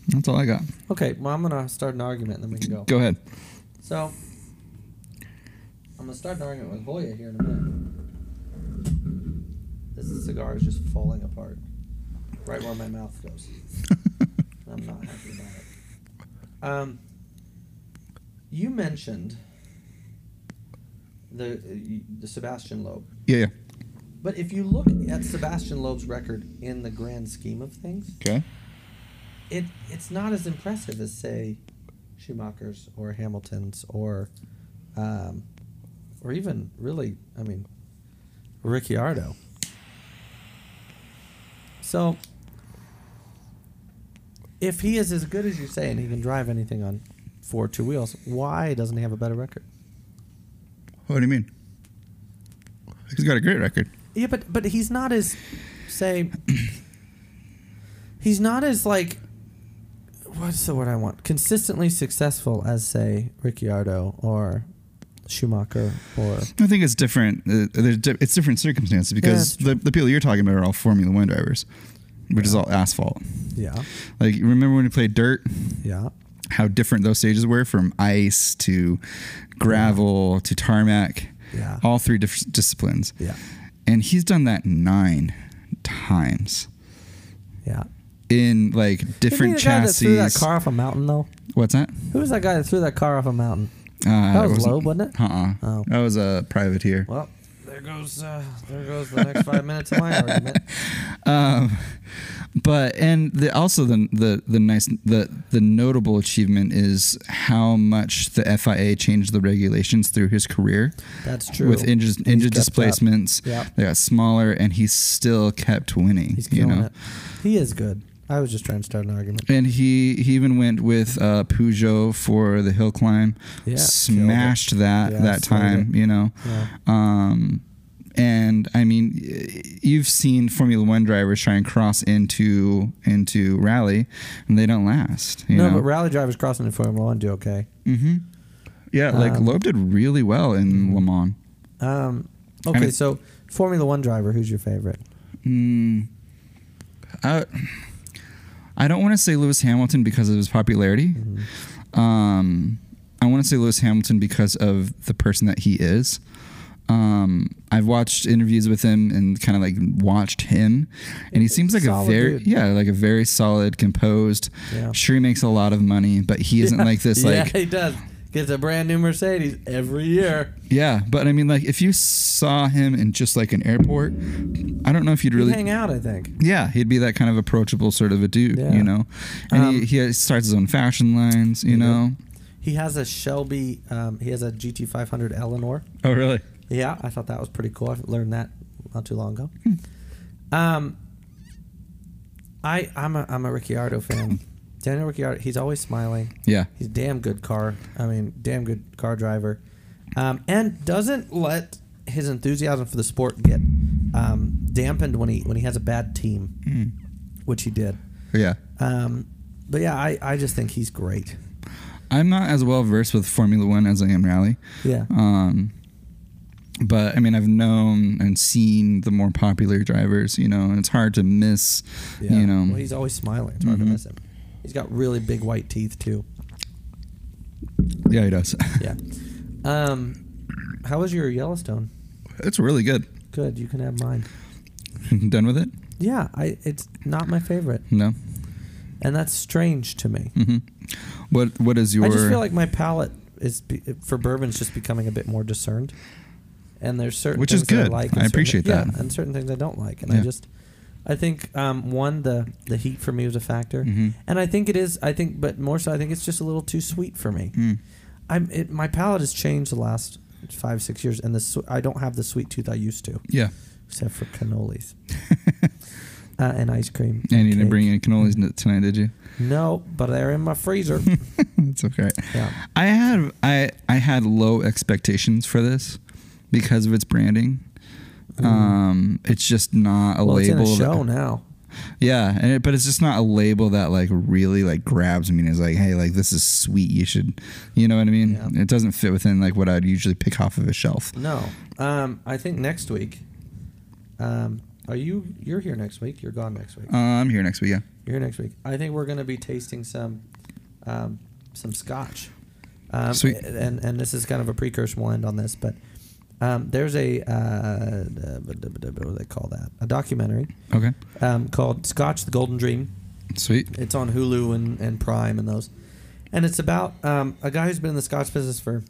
A: That's all I got.
B: Okay. Well, I'm gonna start an argument, and then we can go.
A: Go ahead.
B: So, I'm gonna start an argument with Hoya here in a minute. This cigar is just falling apart, right where my mouth goes. I'm not happy about it. Um, you mentioned the uh, the Sebastian Loeb,
A: Yeah, yeah.
B: but if you look at Sebastian Loeb's record in the grand scheme of things,
A: Okay.
B: it it's not as impressive as say Schumacher's or Hamilton's or um, or even really I mean Ricciardo. So if he is as good as you say and he can drive anything on four or two wheels, why doesn't he have a better record?
A: What do you mean? He's got a great record.
B: Yeah, but but he's not as say he's not as like what's the word I want? Consistently successful as say Ricciardo or Schumacher or
A: I think it's different. Uh, there's di- it's different circumstances because
B: that's true.
A: the, the people you're talking about are all Formula One drivers, which is all asphalt.
B: yeah,
A: Like remember when we played dirt,
B: yeah.
A: how different those stages were from ice to gravel to tarmac,
B: Yeah.
A: all three diff- disciplines.
B: Yeah.
A: And he's done that nine times
B: Yeah.
A: in like different
B: the
A: chassis.
B: Guy that threw that car off a mountain though.
A: What's that?
B: Who was that guy that threw that car off a mountain?
A: Uh, that
B: was Loeb, wasn't it?
A: Uh-uh.
B: Oh.
A: That was a privateer.
B: Well, there goes uh, there goes the next five minutes of my argument.
A: Um, but and the, also the the the nice the the notable achievement is how much the FIA changed the regulations through his career
B: That's true.
A: with engine, engine
B: kept up.
A: displacements.
B: Yep.
A: They got smaller, and he still kept winning.
B: He's
A: you
B: killing
A: know.
B: it. He is good. I was just trying to start an argument.
A: And he, he even went with uh, Peugeot for the hill climb,
B: Yeah,
A: smashed that
B: Yeah,
A: that
B: slayed
A: time,
B: it.
A: you know.
B: Yeah.
A: Um, and I mean, y- you've seen Formula One drivers try and cross into into rally, and they don't last. You
B: no,
A: know?
B: but rally drivers crossing in Formula One do okay.
A: hmm Yeah, like
B: Um, mm-hmm.
A: Loeb did really well in Le Mans.
B: Um, okay,
A: mean-
B: so Formula One driver, who's your favorite?
A: Mm, I, I don't want to say Lewis Hamilton because of his popularity.
B: Mm-hmm.
A: Um, I want to say Lewis Hamilton because of the person that he is. Um, I've watched interviews with him and kind of like watched him, and he seems like
B: Solid
A: a very
B: dude.
A: yeah, like a very solid, composed.
B: Yeah.
A: Sure, he makes a lot of money, but he isn't like this like
B: yeah, he does. gets a brand new Mercedes every year.
A: Yeah, but I mean, like, if you saw him in just like an airport, I don't know if you'd
B: Really?
A: really.
B: Hang out, I think.
A: yeah, he'd be that kind of approachable sort of a dude,
B: Yeah.
A: you know. And
B: Um,
A: he, he starts his own fashion lines, you
B: Mhm.
A: know.
B: He has a Shelby. Um, he has a GT500 Eleanor.
A: Oh, really?
B: Yeah, I thought that was pretty cool. I learned that not too long ago.
A: Hmm.
B: Um, I I'm a I'm a Ricciardo fan. Daniel Ricciardo, he's always smiling.
A: Yeah.
B: He's a damn good car. I mean, damn good car driver, um, and doesn't let his enthusiasm for the sport get um, dampened when he when he has a bad team,
A: Hmm.
B: which he did.
A: Yeah.
B: Um, but yeah, I, I just think he's great.
A: I'm not as well versed with Formula One as I am rally.
B: Yeah.
A: Um, but I mean, I've known and seen the more popular drivers, you know, and it's hard to miss,
B: Yeah.
A: you know.
B: well, he's always smiling. It's hard to
A: Mhm.
B: miss him. He's got really big white teeth too.
A: yeah, he does.
B: Yeah. Um, how was your Yellowstone?
A: it's really good.
B: Good. You can have mine.
A: Done with it?
B: Yeah, I it's not my favorite,
A: No.
B: and that's strange to me.
A: hmm What What is your?
B: I just feel like my palate is be, for bourbon's just becoming a bit more discerned, and there's certain
A: Which
B: things
A: is
B: that I
A: good.
B: like. and
A: I
B: certain-
A: appreciate
B: yeah,
A: that.
B: and certain things I don't like, and I
A: Yeah.
B: just, I think um, one the the heat for me was a factor,
A: Mhm.
B: and I think it is. I think, but more so, I think it's just a little too sweet for me.
A: Mm.
B: I'm it, my palate has changed the last five six years, and the sw- I don't have the sweet tooth I used to,
A: Yeah,
B: except for cannolis uh, and ice cream.
A: and you didn't
B: cake.
A: bring any cannolis n- tonight, did you?
B: No, but they're in my freezer.
A: That's okay.
B: yeah.
A: I had I I had low expectations for this because of its branding. Um, it's just not a
B: Well, it's in
A: label.
B: a
A: that-
B: show now.
A: Yeah, and it, but it's just not a label that like really like grabs me and is like, hey, like this is sweet. You should, you know what I mean?
B: Yeah.
A: It doesn't fit within like what I'd usually pick off of a shelf.
B: No. Um, I think next week. Um, are you? You're here next week. You're gone next week.
A: Uh, I'm here next week. Yeah,
B: You're here next week. I think we're going to be tasting some, um, some scotch. Um,
A: Sweet.
B: And and this is kind of a precursor. We'll end on this, but um, there's a uh, what do they call that? A documentary
A: okay,
B: um, called "Scotch: The Golden Dream."
A: sweet.
B: It's on Hulu and, and Prime and those. And it's about um, a guy who's been in the Scotch business for,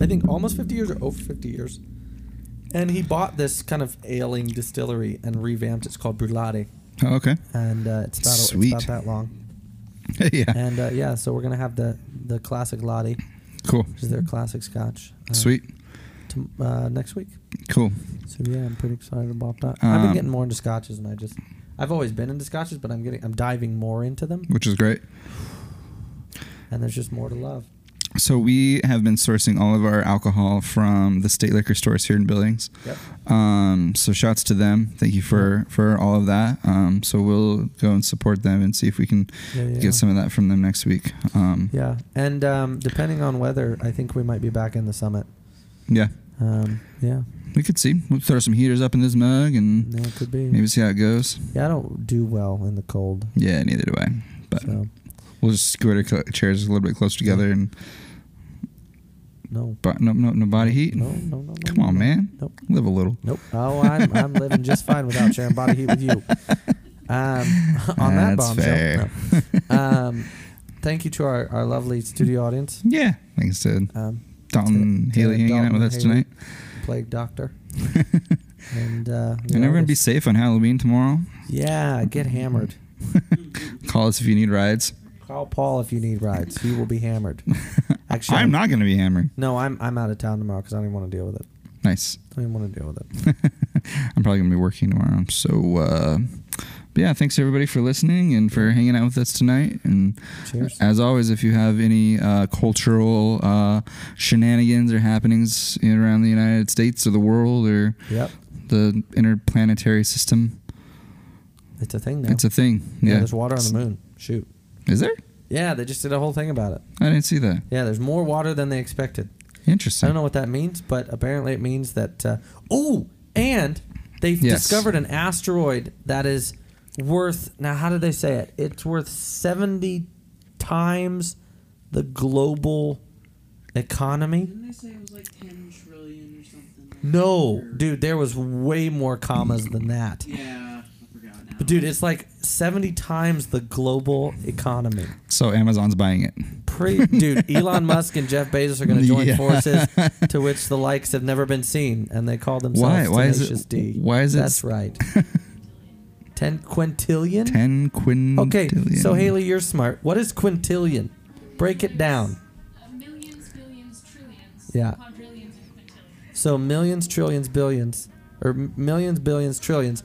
B: I think, almost 50 years or over 50 years. And he bought this kind of ailing distillery and revamped it. It's called Brulati.
A: Oh, okay,
B: And uh, it's, about, it's
A: Sweet.
B: about that long.
A: yeah,
B: And uh, yeah, so we're going to have the, the classic Lottie, which
A: cool,
B: is their classic Scotch. uh,
A: sweet,
B: tom- uh, next week.
A: cool.
B: So yeah, I'm pretty excited about that. I've been
A: Um,
B: getting more into Scotches and I just. I've always been into Scotches, but I'm getting I'm diving more into them,
A: Which is great.
B: and there's just more to love.
A: So we have been sourcing all of our alcohol from the state liquor stores here in Billings.
B: Yep.
A: Um, so shouts to them. Thank you for for all of that. Um, so we'll go and support them and see if we can
B: Yeah, yeah.
A: get some of that from them next week. Um,
B: Yeah, and um, depending on weather, I think we might be back in the summit.
A: yeah.
B: Um, yeah,
A: We could see. We'll throw some heaters up in this mug and
B: no, it could be.
A: Hmm. maybe see how it goes.
B: Yeah, I don't do well in the cold.
A: Yeah, neither do I. But
B: So
A: we'll just scoot our co- chairs a little bit closer together and
B: no,
A: bo- no, no, no body heat.
B: no, no, no. no
A: Come
B: no,
A: on,
B: no.
A: man.
B: Nope.
A: Live a little.
B: Nope. Oh, I'm I'm living just fine without sharing body heat with you. Um, on that
A: That's
B: bombshell.
A: fair.
B: no. Um, thank you to our, our lovely studio audience.
A: Yeah. Thanks to
B: Um,
A: Dalton
B: to
A: Haley hanging out
B: Dalton
A: with us
B: Haley.
A: tonight.
B: plague doctor. and uh,
A: And everyone be safe on Halloween tomorrow.
B: yeah, get hammered.
A: Call us if you need rides.
B: Call Paul if you need rides. He will be hammered. Actually,
A: I'm not going to be hammered.
B: No, I'm I'm out of town tomorrow because I don't even want to deal with it.
A: Nice.
B: I don't even want to deal with it.
A: I'm probably going to be working tomorrow. So, uh, but yeah, thanks everybody for listening and for hanging out with us tonight. And
B: Cheers.
A: As always, if you have any uh, cultural uh, shenanigans or happenings in- around the United States or the world or
B: Yep,
A: the interplanetary system,
B: it's a thing now.
A: it's a thing.
B: yeah,
A: Yeah.
B: there's water on the moon. Shoot.
A: Is there?
B: Yeah, they just did a whole thing about it.
A: I didn't see that.
B: Yeah, there's more water than they expected. I
A: Interesting.
B: don't know what that means, but apparently it means that. Uh, oh, and they've
A: Yes.
B: discovered an asteroid that is worth. Now, how did they say it? It's worth 70 times the global economy.
C: Didn't they say it was like 10 trillion or something? Like
B: No,
C: or-
B: dude, there was way more commas than that.
C: Yeah, I forgot now.
B: But dude, it's like 70 times the global economy.
A: So Amazon's buying it.
B: pretty dude. Elon Musk and Jeff Bezos are going to join
A: Yeah.
B: forces, to which the likes have never been seen, and they call
A: Why?
B: themselves
A: Why is
B: Tenacious
A: it?
B: D.
A: Why is it?
B: That's right. Ten quintillion.
A: Ten quintillion.
B: Okay, so Haley, you're smart. What is quintillion? Break it down.
D: Uh, millions, billions, trillions,
B: Yeah.
D: quadrillions, and quintillions.
B: So millions, trillions, billions, or m- millions, billions, trillions.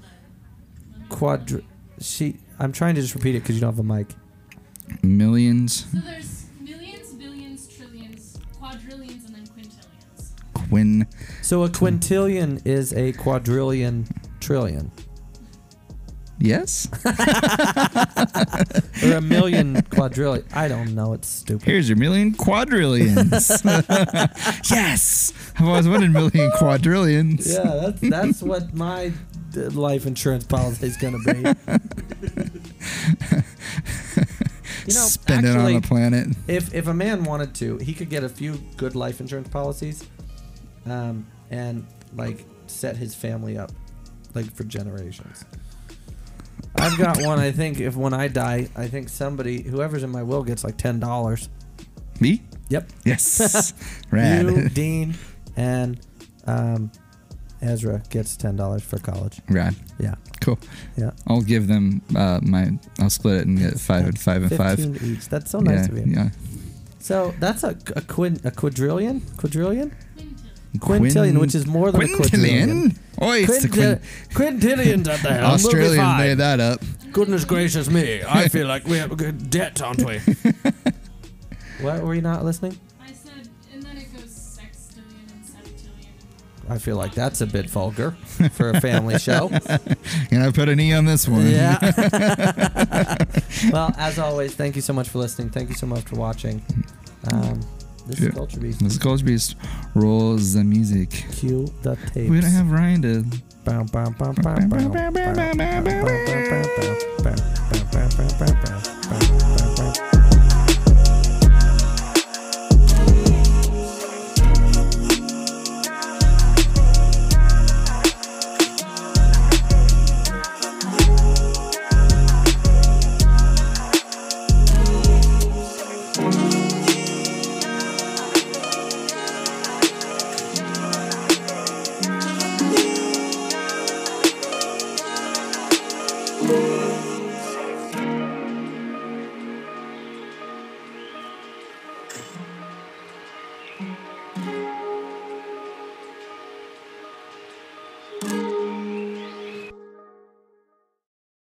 B: Quadri. She. I'm trying to just repeat it because you don't have a mic.
A: millions,
D: So there's millions, billions, trillions, quadrillions, and then quintillions.
A: quin.
B: So a quintillion is a quadrillion trillion,
A: Yes.
B: or a million quadrillion. I don't know. It's stupid.
A: Here's your million quadrillions. yes. I've always wanted million quadrillions.
B: Yeah, that's that's what my d- life insurance policy is going to be. You know,
A: Spend it on
B: actually-
A: the planet.
B: If if a man wanted to, he could get a few good life insurance policies, um, and like set his family up, like for generations. I've got one. I think if when I die, I think somebody, whoever's in my will, gets like ten dollars.
A: Me?
B: Yep.
A: Yes. Rad.
B: You, Dean, and um, Ezra gets ten dollars for college.
A: Rad.
B: Yeah.
A: Cool.
B: Yeah.
A: I'll give them uh, my. I'll split it and get five and five and five.
B: Fifteen each. That's so nice
A: yeah,
B: of you.
A: yeah.
B: So that's a a, quin, a quadrillion, quadrillion,
D: Quintillions.
B: quintillion, which is more than a quadrillion.
A: quintillion. Oh, it's the
B: Quinti-
A: quin-
B: quintillions out there.
A: Australians made that up.
E: Goodness gracious me, I feel like we have a good debt, aren't we?
B: What were you not listening?
D: I said, and then it goes sextillion and septillion.
B: I feel like that's a bit vulgar for a family show.
A: And I put an E on this one.
B: yeah. well, as always, thank you so much for listening. Thank you so much for watching. Um, this
A: Yeah.
B: is Culture Beast.
A: This Culture Beast rolls the music.
B: Cue the tapes.
A: We don't have Ryan to.
B: Bow, bow, bow, bow, bow, bow, bow, bow, bow, bow, bow, bow, bow, bow, bow, bow, bow, bow, bow.
F: Thank